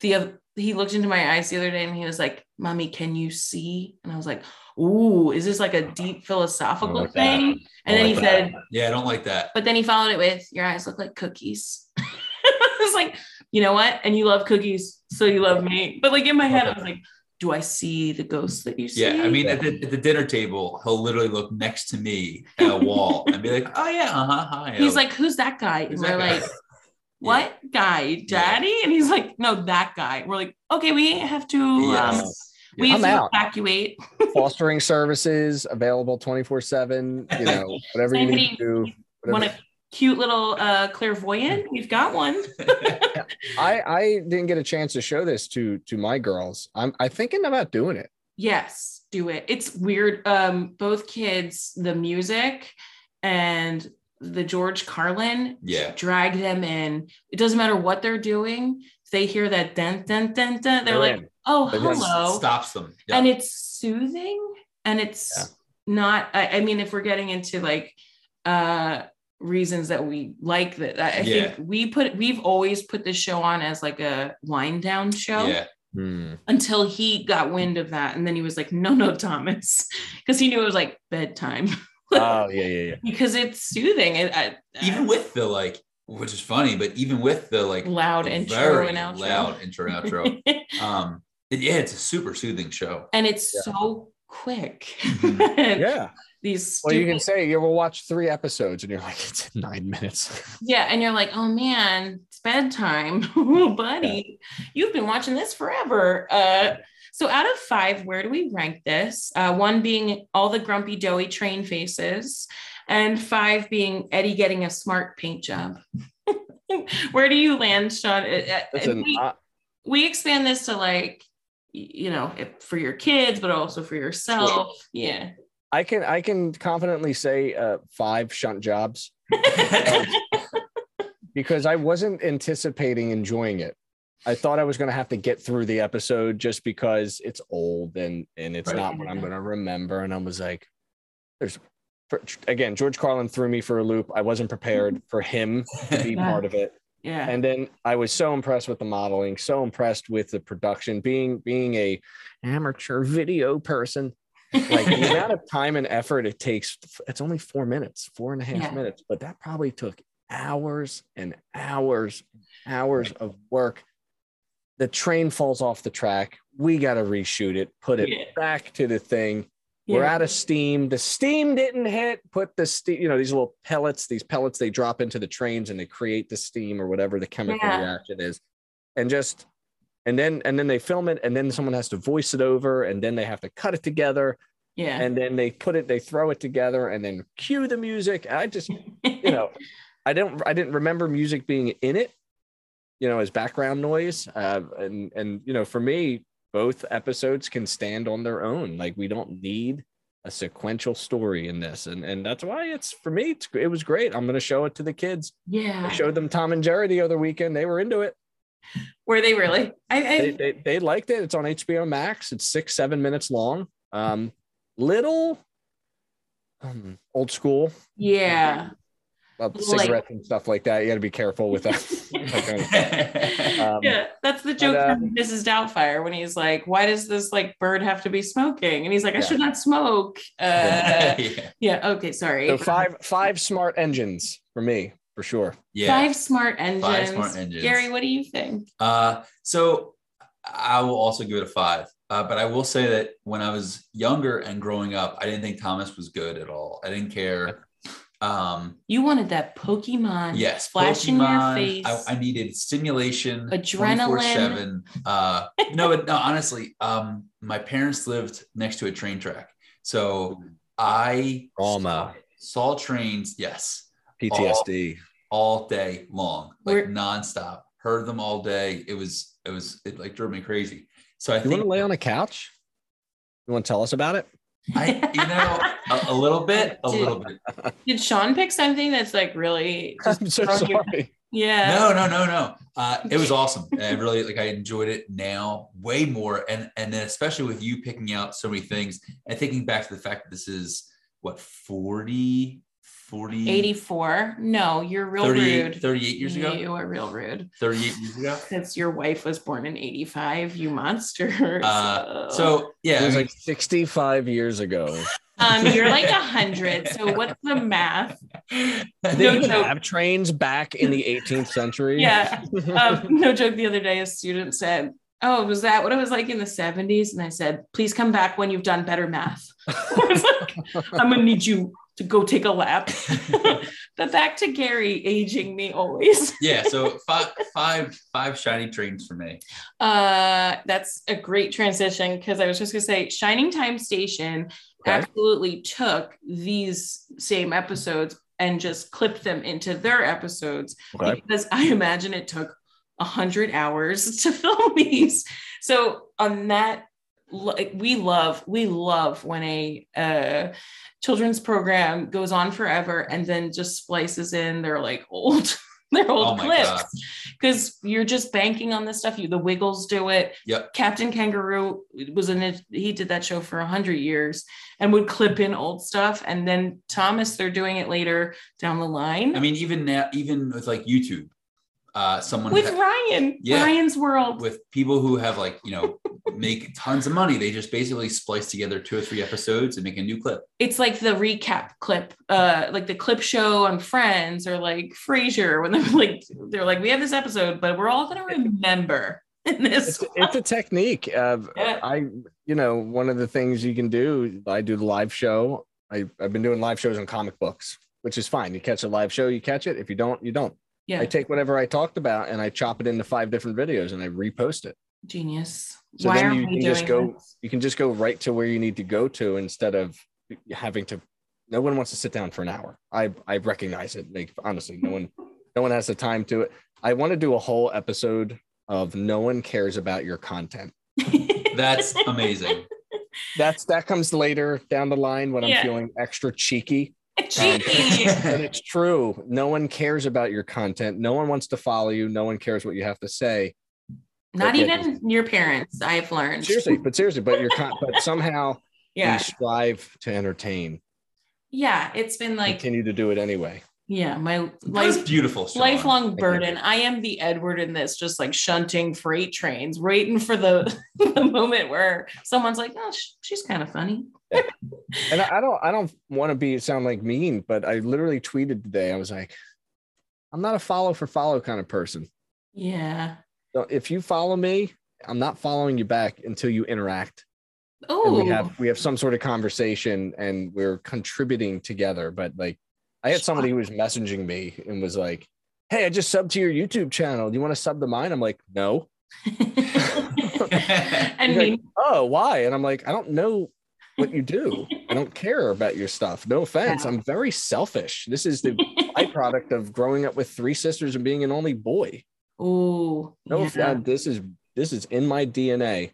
Speaker 1: the oth- he looked into my eyes the other day and he was like, "Mommy, can you see?" And I was like, "Ooh, is this like a deep philosophical
Speaker 4: Oh, like that.
Speaker 1: thing?" And then
Speaker 4: I
Speaker 1: he
Speaker 4: like
Speaker 1: said,
Speaker 2: Yeah, I don't like that.
Speaker 1: But then he followed it with, "Your eyes look like cookies." it's like, you know what? And you love cookies, so you love me. But like in my head, I was like, "Do I see the ghost that you see?"
Speaker 2: Yeah, I mean, at the, at the dinner table, he'll literally look next to me at a wall and be like, "Oh yeah, uh huh, hi."
Speaker 1: he's like, "Who's that guy?" And
Speaker 2: Who's
Speaker 1: we're
Speaker 2: that guy?
Speaker 1: like, "What guy, Daddy?" And he's like, "No, that guy." We're like, "Okay, we have to." Um,
Speaker 2: Yes.
Speaker 1: we
Speaker 2: Yeah.
Speaker 1: have
Speaker 4: I'm
Speaker 1: to
Speaker 4: out.
Speaker 1: evacuate.
Speaker 4: fostering services available 24 7 you know whatever you need to do
Speaker 1: Want
Speaker 4: whatever.
Speaker 1: a cute little uh, clairvoyant? We've got one.
Speaker 4: i i didn't get a chance to show this to to my girls i'm i thinking about doing it
Speaker 1: Yes, do it. It's weird. Um, both kids, the music and the George Carlin,
Speaker 2: yeah,
Speaker 1: drag them in. It doesn't matter what they're doing. If they hear that dun dun dun dun, they're
Speaker 4: They're
Speaker 1: like,
Speaker 4: in.
Speaker 1: oh,
Speaker 4: They're
Speaker 2: It
Speaker 4: just
Speaker 1: hello.
Speaker 2: stops them. Yeah.
Speaker 1: And it's soothing and it's
Speaker 4: Yeah.
Speaker 1: not, I, I mean, if we're getting into like uh reasons that we like that, I, I
Speaker 2: Yeah.
Speaker 1: think we put we've always put this show on as like a wind down show
Speaker 2: yeah,
Speaker 1: until he got wind of that and then he was like no no thomas because he knew it was like bedtime
Speaker 4: oh yeah yeah yeah
Speaker 1: because it's soothing it, I,
Speaker 2: even with the like, which is funny, but even with the like
Speaker 1: loud intro
Speaker 2: very
Speaker 1: and outro
Speaker 2: loud intro and outro, um, it- yeah, it's a super soothing show.
Speaker 1: and it's
Speaker 4: Yeah.
Speaker 1: so quick
Speaker 2: Mhm.
Speaker 4: yeah
Speaker 1: these
Speaker 4: Well, you
Speaker 1: stupid,
Speaker 4: can say you will watch three episodes and you're like, it's nine minutes.
Speaker 1: yeah and you're like oh man it's bedtime oh buddy you've been watching this forever uh so out of five where do we rank this uh one being all the grumpy doughy train faces and five being eddie getting a smart paint job where do you land sean Uh, uh,
Speaker 4: Listen,
Speaker 1: we-
Speaker 4: I,
Speaker 1: we expand this to like y- you know if- for your kids but also for yourself yeah
Speaker 4: I can I can confidently say uh, five shunt jobs because I wasn't anticipating enjoying it. I thought I was going to have to get through the episode just because it's old and and it's
Speaker 2: Right.
Speaker 4: not what I'm going to remember. And I was like, there's for- again George Carlin threw me for a loop. I wasn't prepared for him to be
Speaker 1: Yeah.
Speaker 4: part of it.
Speaker 1: yeah
Speaker 4: and then I was so impressed with the modeling, so impressed with the production. Being being a amateur video person, like the amount of time and effort it takes, it's only four minutes, four and a half
Speaker 1: Yeah.
Speaker 4: minutes, but that probably took hours and hours, and hours of work. The train falls off the track. We got to reshoot it, put it
Speaker 1: Yeah.
Speaker 4: back to the thing. We're out of steam. The steam didn't hit. Put the steam, you know, these little pellets, these pellets they drop into the trains and they create the steam or whatever the chemical
Speaker 1: Yeah.
Speaker 4: reaction is. And just and then and then they film it and then someone has to voice it over and then they have to cut it together
Speaker 1: yeah
Speaker 4: and then they put it, they throw it together and then cue the music. I just, you know, I don't I didn't remember music being in it, you know, as background noise. Uh, and and you know, for me, both episodes can stand on their own. Like we don't need a sequential story in this, and and that's why it's for me. It's, it was great. I'm gonna show it to the kids. I
Speaker 1: yeah
Speaker 4: showed them Tom and Jerry the other weekend. They were into it.
Speaker 1: were they really i, I
Speaker 4: They they, they liked it. It's on HBO Max. It's six seven minutes long. Um, little um, old school.
Speaker 1: yeah
Speaker 4: uh, cigarettes and stuff like that. You got to be careful with that. uh, that kind of- Um,
Speaker 1: yeah, that's the joke
Speaker 4: but, uh,
Speaker 2: um,
Speaker 1: from Mrs. Doubtfire when he's like, "Why does this like bird have to be smoking?" And he's like, "I
Speaker 4: Yeah.
Speaker 1: should not smoke." Uh,
Speaker 2: yeah.
Speaker 1: yeah. Okay. Sorry.
Speaker 4: so five five smart engines for me for sure.
Speaker 2: yeah.
Speaker 1: Five smart engines.
Speaker 2: Five smart engines.
Speaker 1: Gary, what do you think?
Speaker 2: Uh, so I will also give it a five. Uh, but I will say that when I was younger and growing up, I didn't think Thomas was good at all. I didn't care. Um,
Speaker 1: You wanted that Pokemon.
Speaker 2: yes,
Speaker 1: Flash in your
Speaker 2: Pokemon,
Speaker 1: face.
Speaker 2: I, I needed stimulation,
Speaker 1: Adrenaline.
Speaker 2: 24/7. Uh, no, but no, honestly, um, my parents lived next to a train track, so I
Speaker 4: Trauma.
Speaker 2: saw, saw trains. Yes,
Speaker 4: PTSD.
Speaker 1: Oh.
Speaker 2: all day long, like
Speaker 1: We're-
Speaker 2: nonstop. Heard them all day. It was it was it like drove me crazy. So I
Speaker 4: You want
Speaker 2: think
Speaker 4: to lay on a couch? You want to tell us about it?
Speaker 2: I you know a, a little bit, a
Speaker 1: Dude.
Speaker 2: little bit.
Speaker 1: Did Sean pick something that's like really? Just,
Speaker 4: I'm so
Speaker 1: throw your-
Speaker 4: sorry.
Speaker 1: yeah.
Speaker 2: No, no, no, no. Uh, it was awesome. And I really like I enjoyed it now way more. And and then especially with you picking out so many things and thinking back to the fact that this is what 40, 40
Speaker 1: 84. No, you're real
Speaker 2: 38,
Speaker 1: rude.
Speaker 2: 38 years ago.
Speaker 1: You are real rude.
Speaker 2: 38 years ago.
Speaker 1: Since your wife was born in 85, you monster.
Speaker 2: Uh, So yeah,
Speaker 4: it
Speaker 2: I
Speaker 4: was
Speaker 2: mean,
Speaker 4: like 65 years ago.
Speaker 1: um, you're like 100. So what's the math?
Speaker 4: They
Speaker 1: No
Speaker 4: didn't
Speaker 1: joke.
Speaker 4: have trains back in the 18th century.
Speaker 1: Yeah. Um, no joke. The other day, a student said, Oh, was that what it was like in the 70s? And I said, Please come back when you've done better math. I was like, I'm going to need you to go take a lap. but back to Gary aging me always.
Speaker 2: yeah, so five five five shiny trains for me.
Speaker 1: Uh, that's a great transition because I was just gonna say, Shining Time Station
Speaker 4: Okay.
Speaker 1: absolutely took these same episodes and just clipped them into their episodes
Speaker 4: Okay.
Speaker 1: because I imagine it took a hundred hours to film these. So on that, like we love we love when a uh, children's program goes on forever and then just splices in their like old their old
Speaker 2: Oh my God.
Speaker 1: clips because you're just banking on this stuff. You the Wiggles do it.
Speaker 2: Yep.
Speaker 1: Captain Kangaroo was in it. He did that show for a hundred years and would clip in old stuff. And then Thomas, they're doing it later down the line.
Speaker 2: I mean, even now, even with like YouTube, uh, someone
Speaker 1: with
Speaker 2: ha-
Speaker 1: Ryan,
Speaker 2: Yeah.
Speaker 1: Ryan's world.
Speaker 2: with people who have like you know make tons of money, they just basically splice together two or three episodes and make a new clip.
Speaker 1: it's like the recap clip, uh, like the clip show on Friends or like Frasier when they're like they're like we have this episode, but we're all gonna remember in this.
Speaker 4: It's, it's a technique. Uh,
Speaker 1: Yeah.
Speaker 4: I, you know, one of the things you can do, I do the live show. I, I've been doing live shows on comic books, which is fine. You catch a live show, you catch it. If you don't, you don't.
Speaker 1: Yeah,
Speaker 4: I take whatever I talked about and I chop it into five different videos and I repost it.
Speaker 1: genius.
Speaker 4: So then you can just go-
Speaker 1: this?
Speaker 4: You can just go right to where you need to go to instead of having to. No one wants to sit down for an hour. I I recognize it. Like honestly, no one no one has the time to it. I want to do a whole episode of no one cares about your content.
Speaker 2: That's amazing.
Speaker 4: That's that comes later down the line when
Speaker 1: Yeah.
Speaker 4: I'm feeling extra cheeky.
Speaker 1: Cheeky.
Speaker 4: But it's true. No one cares about your content. No one wants to follow you. No one cares what you have to say.
Speaker 1: Not
Speaker 4: Okay.
Speaker 1: even your parents. I've learned.
Speaker 4: Seriously, but seriously, but your con- but somehow we
Speaker 1: Yeah,
Speaker 4: strive to entertain.
Speaker 1: yeah. It's been like
Speaker 4: Continue to do it anyway.
Speaker 1: yeah, my
Speaker 2: That was
Speaker 1: life
Speaker 2: beautiful. Sean.
Speaker 1: lifelong
Speaker 4: Thank you.
Speaker 1: burden. I am the Edward in this, just like shunting freight trains, waiting for the, the moment where someone's like, "Oh, sh- she's kind of funny."
Speaker 4: And I, I don't I don't want to be sound like mean, but I literally tweeted today. I was like, I'm not a follow for follow kind of person.
Speaker 1: Yeah.
Speaker 4: So if you follow me, I'm not following you back until you interact. And we
Speaker 1: Oh,
Speaker 4: have we have some sort of conversation and we're contributing together. But like I had somebody who was messaging me and was like, Hey, I just subbed to your YouTube channel. Do you want to sub to mine? I'm like, no.
Speaker 1: I
Speaker 4: He's like,
Speaker 1: mean,
Speaker 4: oh, why? And I'm like, I don't know what you do. I don't care about your stuff. No offense. I'm very selfish. This is the byproduct of growing up with three sisters and being an only boy.
Speaker 1: oh,
Speaker 4: No offense. This is this is in my DNA.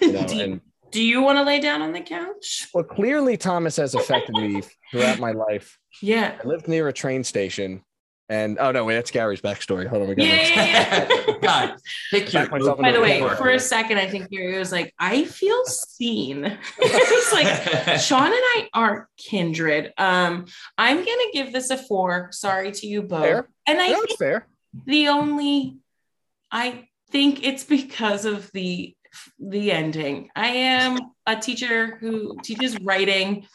Speaker 4: You know?
Speaker 1: do,
Speaker 4: and
Speaker 1: do you want to lay down on the couch?
Speaker 4: well, clearly Thomas has affected me throughout my life.
Speaker 1: Yeah.
Speaker 4: I lived near a train station And oh no, wait, that's Gary's backstory. Hold on, we got
Speaker 1: Yeah,
Speaker 4: it.
Speaker 1: yeah, yeah.
Speaker 2: God, pick your
Speaker 4: Back myself
Speaker 1: By the way,
Speaker 4: Sure.
Speaker 1: for a second, I think Gary was like, I feel seen. it's like Sean and I aren't kindred. Um, I'm gonna give this a four. Sorry to you both.
Speaker 4: Fair.
Speaker 1: And I
Speaker 4: Yeah,
Speaker 1: think
Speaker 4: that's fair.
Speaker 1: the only I think it's because of the the ending. I am a teacher who teaches writing.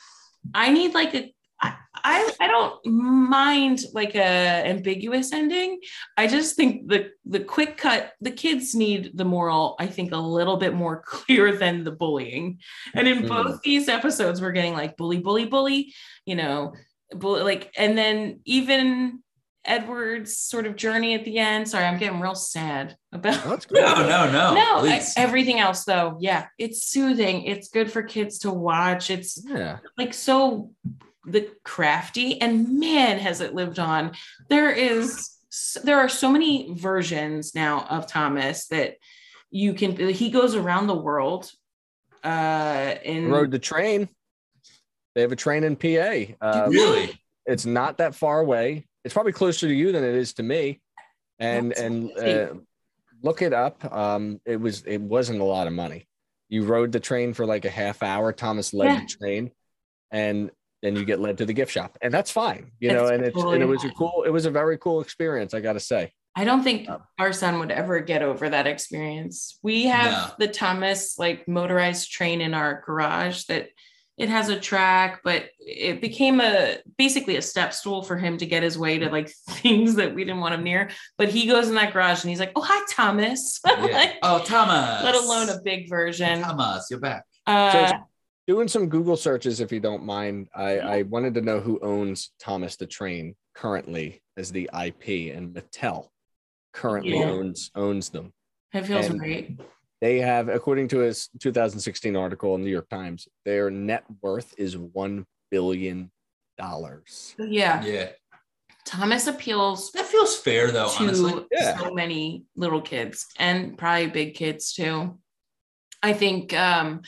Speaker 1: I need like a I, I I don't mind like a ambiguous ending. I just think the the quick cut the kids need the moral I think a little bit more clear than the bullying. And in
Speaker 4: Mhm.
Speaker 1: both these episodes we're getting like bully bully bully, you know, bully, like and then even Edward's sort of journey at the end. Sorry, I'm getting real sad about
Speaker 4: That's good.
Speaker 2: no, no, no.
Speaker 1: no, I-
Speaker 2: Oh, please.
Speaker 1: everything else though. Yeah, it's soothing. It's good for kids to watch. It's
Speaker 4: Yeah.
Speaker 1: like so the crafty and man has it lived on. There is there are so many versions now of Thomas that you can he goes around the world uh in
Speaker 4: Rode the train. They have a train in PA. Uh,
Speaker 2: really?
Speaker 4: it's not that far away. It's probably closer to you than it is to me. And and uh,
Speaker 1: Absolutely.
Speaker 4: look it up. Um, it was it wasn't a lot of money. You rode the train for like a half hour. Thomas led
Speaker 1: Yeah.
Speaker 4: the train, and then you get led to the gift shop, and that's fine. You
Speaker 1: That's
Speaker 4: know, and it's and
Speaker 1: totally
Speaker 4: it was a
Speaker 1: fine.
Speaker 4: cool. It was a very cool experience. I got to say.
Speaker 1: I don't think
Speaker 4: Um,
Speaker 1: our son would ever get over that experience. We
Speaker 2: No.
Speaker 1: have the Thomas like motorized train in our garage that it has a track, but it became a basically a step stool for him to get his way to like things that we didn't want him near. But he goes in that garage and he's like, "Oh hi, Thomas,"
Speaker 2: Yeah. Oh, Thomas.
Speaker 1: let alone a big version.
Speaker 2: Thomas, you're back.
Speaker 1: Uh,
Speaker 4: So doing some Google searches, if you don't mind, I, I wanted to know who owns Thomas the Train currently as the IP, and Mattel currently
Speaker 1: Yeah.
Speaker 4: owns owns them.
Speaker 1: it feels
Speaker 4: and-
Speaker 1: right.
Speaker 4: They have, according to his 2016 article in New York Times, their net worth is one billion dollars.
Speaker 1: Yeah,
Speaker 2: Yeah,
Speaker 1: Thomas appeals
Speaker 2: that feels fair though. Oh, Honestly,
Speaker 1: to
Speaker 4: Yeah.
Speaker 1: so many little kids and probably big kids too. I think um,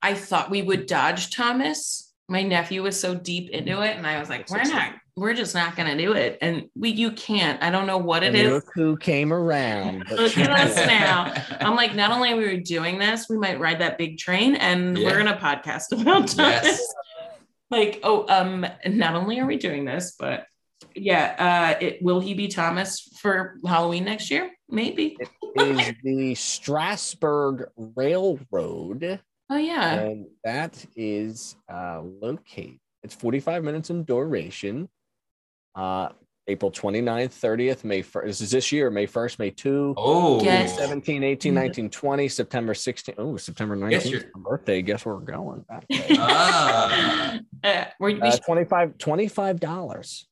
Speaker 1: I thought we would dodge Thomas. My nephew was so deep into it, and I was like, "We're not. We're just not going to do it." And we, you can't. I don't know what it
Speaker 4: And
Speaker 1: is.
Speaker 4: look who came around. But-
Speaker 1: Look at us now. I'm like, not only are we doing this, we might ride that big train, and
Speaker 2: Yeah.
Speaker 1: we're going to podcast about Thomas.
Speaker 2: Yes.
Speaker 1: Like, oh, um, not only are we doing this, but yeah, uh, it will he be Thomas for Halloween next year? Maybe.
Speaker 4: is the Strasbourg Railroad.
Speaker 1: Oh yeah.
Speaker 4: and that is uh, locate. It's 45 minutes in duration. Uh, April 29th, 30th, May 1st. This is this year, May 1st, May 2,
Speaker 2: Oh,
Speaker 1: Yes.
Speaker 4: 17, 18, 19, 20, September 16. Oh, September 19th.
Speaker 2: Yes, you're-
Speaker 4: my birthday. Guess where we're going? That day.
Speaker 2: Ah.
Speaker 1: Uh, we're, we
Speaker 4: Uh,
Speaker 1: should-
Speaker 4: 25 $25.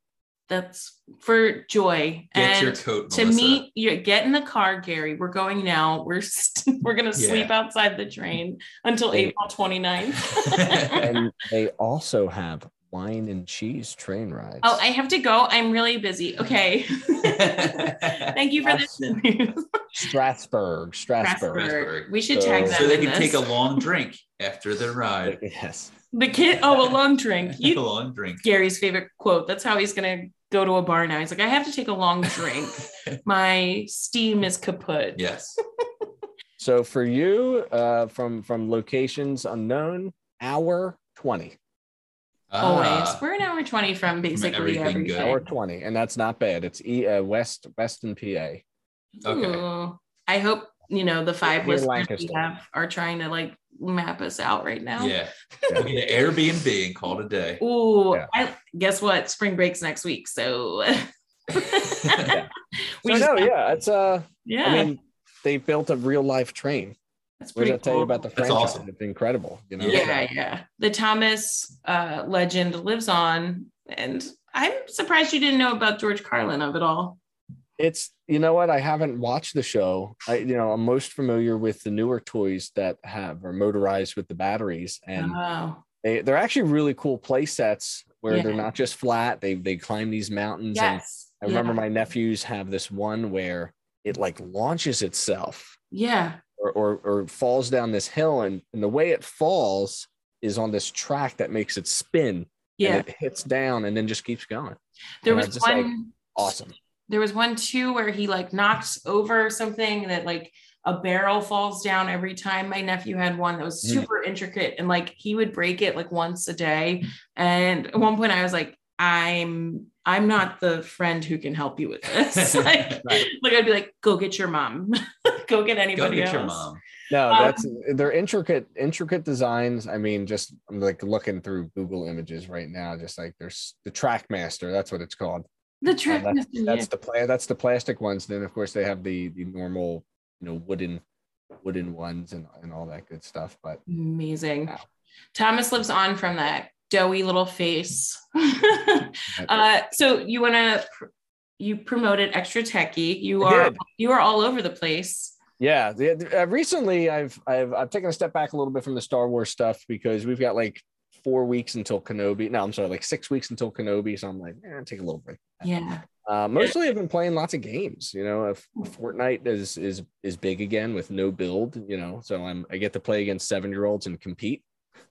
Speaker 1: that's for joy.
Speaker 2: Get
Speaker 1: and
Speaker 2: your coat,
Speaker 1: to
Speaker 2: Melissa.
Speaker 1: meet you, get in the car, Gary. We're going now. We're st- we're gonna
Speaker 2: Yeah.
Speaker 1: sleep outside the train until
Speaker 4: Thank-
Speaker 1: April 29th.
Speaker 4: And they also have wine and cheese train rides.
Speaker 1: Oh, I have to go. I'm really busy. Okay. Thank you for this.
Speaker 4: Strasbourg, Strasbourg.
Speaker 1: Strasbourg. We should
Speaker 4: So-
Speaker 1: tag them.
Speaker 2: so they
Speaker 1: in
Speaker 2: can
Speaker 1: this.
Speaker 2: take a long drink after their ride.
Speaker 4: Yes.
Speaker 1: the kid. Oh, a long drink.
Speaker 2: a
Speaker 1: You,
Speaker 2: long drink.
Speaker 1: Gary's favorite quote. That's how he's gonna go to a bar now. He's like, I have to take a long drink. My steam is kaput.
Speaker 2: Yes.
Speaker 4: So for you, uh, from from locations unknown, hour twenty,
Speaker 1: Always.
Speaker 2: Ah,
Speaker 1: We're an hour twenty from basically
Speaker 2: everything
Speaker 1: everything.
Speaker 2: good.
Speaker 4: hour twenty, and that's not bad. It's e, uh, West Western PA.
Speaker 2: Okay.
Speaker 1: Ooh. I hope you know the five
Speaker 4: Near
Speaker 1: listeners we
Speaker 4: Lancaster.
Speaker 1: have are trying to like map us out right now.
Speaker 2: Yeah.
Speaker 4: Yeah.
Speaker 2: We get an Airbnb and call it a day.
Speaker 1: Ooh,
Speaker 4: Yeah.
Speaker 1: I guess what? Spring breaks next week. So we
Speaker 4: So
Speaker 1: just-
Speaker 4: no, yeah, it's uh,
Speaker 1: yeah,
Speaker 4: I mean, they built a real life train.
Speaker 1: that's
Speaker 4: What
Speaker 1: pretty
Speaker 4: did I tell you
Speaker 1: cool.
Speaker 4: about the
Speaker 2: That's
Speaker 4: franchise?
Speaker 2: awesome.
Speaker 4: It's incredible. You know,
Speaker 1: yeah, yeah. The Thomas uh, legend lives on, and I'm surprised you didn't know about George Carlin of it all.
Speaker 4: it's you know what? I haven't watched the show. I you know I'm most familiar with the newer toys that have are motorized with the batteries, and
Speaker 1: oh,
Speaker 4: they they're actually really cool play sets where they're
Speaker 1: Yeah.
Speaker 4: not just flat. They they climb these mountains and
Speaker 1: yes.
Speaker 4: I remember my nephews have this one where it like launches itself
Speaker 1: Yeah.
Speaker 4: or, or, or falls down this hill. And, and the way it falls is on this track that makes it spin.
Speaker 1: Yeah.
Speaker 4: And it hits down and then just keeps going.
Speaker 1: there
Speaker 4: and I
Speaker 1: was
Speaker 4: was just
Speaker 1: one
Speaker 4: like, awesome.
Speaker 1: There was one too where he like knocks over something that like a barrel falls down every time. My nephew had one that was
Speaker 4: Mm.
Speaker 1: super intricate and like he would break it like once a day. And at one point I was like, I'm I'm not the friend who can help you with this. like,
Speaker 4: Right.
Speaker 1: like I'd be like, go get your mom. go get
Speaker 2: Go
Speaker 1: anybody
Speaker 2: get
Speaker 1: else.
Speaker 2: your mom.
Speaker 4: No,
Speaker 1: Um,
Speaker 4: that's they're intricate, intricate designs. I mean, just I'm like looking through Google images right now, just like there's the Trackmaster. That's what it's called.
Speaker 1: The
Speaker 4: Uh,
Speaker 1: trick
Speaker 4: that's,
Speaker 1: is-
Speaker 4: that's the pla- that's the plastic ones. Then of course they have the the normal, you know, wooden wooden ones and and all that good stuff. But
Speaker 1: Amazing.
Speaker 4: Wow.
Speaker 1: Thomas lives on from that doughy little face. uh, so you want to you promoted extra techie. You
Speaker 4: I
Speaker 1: are
Speaker 4: did.
Speaker 1: you are all over the place.
Speaker 4: yeah, the- the- uh, recently I've I've I've taken a step back a little bit from the Star Wars stuff because we've got like four weeks until Kenobi. No, I'm sorry, like six weeks until Kenobi. So I'm like, eh, take a little break.
Speaker 1: Yeah.
Speaker 4: Uh, mostly, I've been playing lots of games. You know, if Fortnite is is is big again with no build. You know, so I'm I get to play against seven year olds and compete,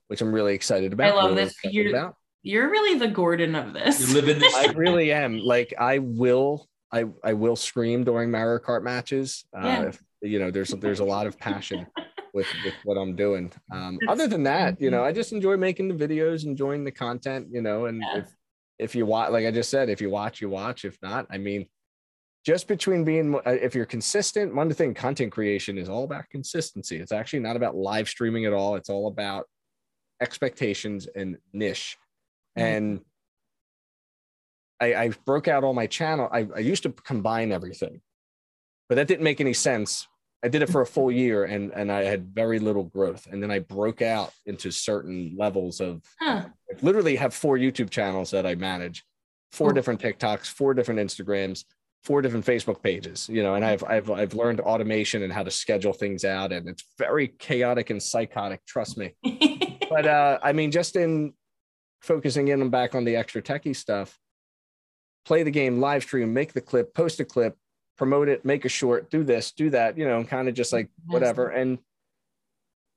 Speaker 4: which I'm really excited about.
Speaker 1: love
Speaker 4: really
Speaker 1: this.
Speaker 4: excited
Speaker 1: You're-
Speaker 4: about.
Speaker 1: You're really the Gordon of
Speaker 2: You
Speaker 1: this.
Speaker 2: live in this.
Speaker 4: I really am. Like I will, I I will scream during Mario Kart matches. Uh,
Speaker 1: Yeah.
Speaker 4: if, you know, there's there's a lot of passion with with what I'm doing. Um, other than that, you know, I just enjoy making the videos, enjoying the content. You know, and
Speaker 1: Yeah.
Speaker 4: if if you watch, like I just said, if you watch, you watch. If not, I mean. Just between being, uh, if you're consistent, one thing content creation is all about consistency. It's actually not about live streaming at all. It's all about expectations and niche.
Speaker 1: Mhm.
Speaker 4: And I, I broke out all my channel. I, I used to combine everything, but that didn't make any sense. I did it for a full year and, and I had very little growth. And then I broke out into certain levels of
Speaker 1: Huh.
Speaker 4: I literally have four YouTube channels that I manage, four
Speaker 1: Cool.
Speaker 4: different TikToks, four different Instagrams, four different Facebook pages, you know, and I've, I've, I've learned automation and how to schedule things out. And it's very chaotic and psychotic. Trust me but uh, I mean, just in focusing in on back on the extra techie stuff, play the game, live stream, make the clip, post a clip, promote it, make a short, do this, do that, you know, and kind of just like whatever. And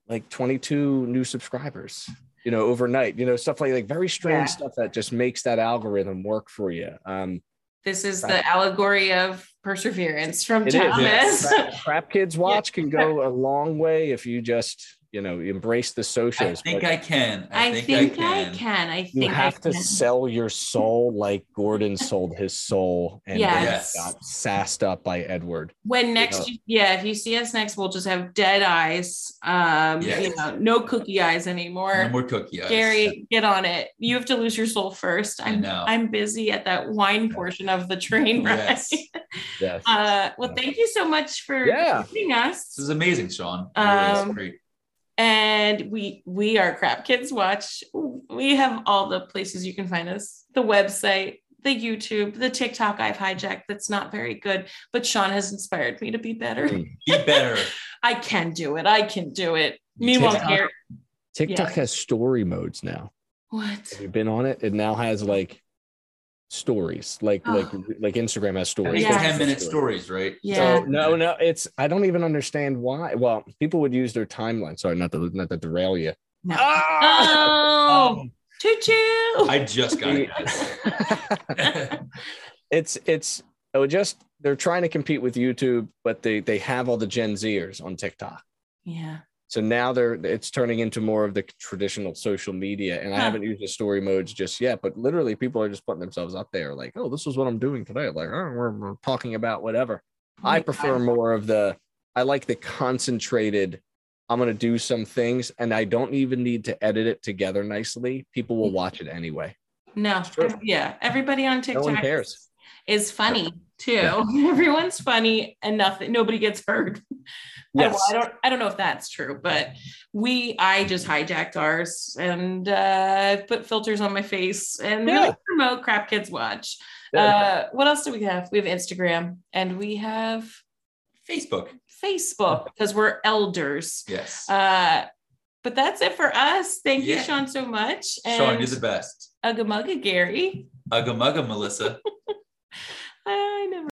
Speaker 4: like 22 new subscribers, you know, overnight, you know, stuff like like very strange
Speaker 1: Yeah.
Speaker 4: stuff that just makes that algorithm work for you. Um,
Speaker 1: this is the allegory of perseverance from
Speaker 4: it is.
Speaker 1: Thomas.
Speaker 4: Crap, Crap Kids Watch can go a long way if you just, you know, embrace
Speaker 2: I
Speaker 4: the socials.
Speaker 2: think
Speaker 4: but-
Speaker 2: I can.
Speaker 1: I think I can. I think
Speaker 4: you have
Speaker 1: I
Speaker 4: to
Speaker 1: can.
Speaker 4: sell your soul like Gordon sold his soul and
Speaker 1: Yes.
Speaker 4: got sassed up by Edward.
Speaker 1: when next you yeah if you see us next we'll just have dead eyes um
Speaker 2: Yes.
Speaker 1: you know no cookie eyes anymore
Speaker 2: No more cookie eyes.
Speaker 1: gary get on it you have to lose your soul first
Speaker 2: I
Speaker 1: i'm
Speaker 2: know.
Speaker 1: i'm busy at that wine portion of the train ride
Speaker 2: Yes.
Speaker 4: Yes.
Speaker 1: uh well thank you so much for
Speaker 4: Yeah.
Speaker 1: joining us
Speaker 2: This is amazing, Sean. Really, it's
Speaker 1: Um,
Speaker 2: great.
Speaker 1: and we we are crap kids watch we have all the places you can find us the website the youtube the tiktok i've hijacked that's not very good but sean has inspired me to be better
Speaker 4: Mm.
Speaker 2: Be better.
Speaker 1: I can do it. I can do it.
Speaker 2: You
Speaker 1: Meanwhile,
Speaker 2: TikTok?
Speaker 1: Gary,
Speaker 4: TikTok
Speaker 1: yeah.
Speaker 4: has story modes now.
Speaker 1: what?
Speaker 4: Have you been on it? It now has like stories, like
Speaker 1: Oh.
Speaker 4: like like Instagram has
Speaker 2: I
Speaker 4: stories.
Speaker 2: think
Speaker 1: Yeah.
Speaker 2: ten minute
Speaker 4: stories.
Speaker 2: stories, right?
Speaker 1: Yeah.
Speaker 4: So no, no, it's I don't even understand why. Well, people would use their timeline. Sorry, not to not to derail you.
Speaker 1: No.
Speaker 4: Ah!
Speaker 1: Oh,
Speaker 2: Um,
Speaker 1: choo choo.
Speaker 2: I just got it. guys.
Speaker 4: it's it's oh just they're trying to compete with YouTube, but they they have all the Gen Zers on TikTok.
Speaker 1: Yeah.
Speaker 4: So now they're it's turning into more of the traditional social media. And I
Speaker 1: Huh.
Speaker 4: haven't used the story modes just yet, but literally people are just putting themselves up there like, oh, this is what I'm doing today. Like, oh, we're, we're talking about whatever. I prefer more of the I like the concentrated, I'm gonna do some things and I don't even need to edit it together nicely. People will watch it anyway.
Speaker 1: No.
Speaker 4: Sure.
Speaker 1: Yeah. Everybody on TikTok
Speaker 4: one cares.
Speaker 1: is funny too. Everyone's funny and nothing. Nobody gets hurt. I- well, I don't I don't know if that's true, but we I just hijacked ours and uh put filters on my face and
Speaker 4: Yeah.
Speaker 1: really promote crap kids watch.
Speaker 4: Yeah.
Speaker 1: Uh what else do we have? We have Instagram and we have
Speaker 2: Facebook.
Speaker 1: Facebook because we're elders.
Speaker 2: Yes.
Speaker 1: Uh but that's it for us. Thank you,
Speaker 2: Yeah.
Speaker 1: Sean, so much.
Speaker 2: Sean,
Speaker 1: And
Speaker 2: you're the best.
Speaker 1: Ugga Mugga Gary.
Speaker 2: Ugga mugga, Melissa.
Speaker 1: I never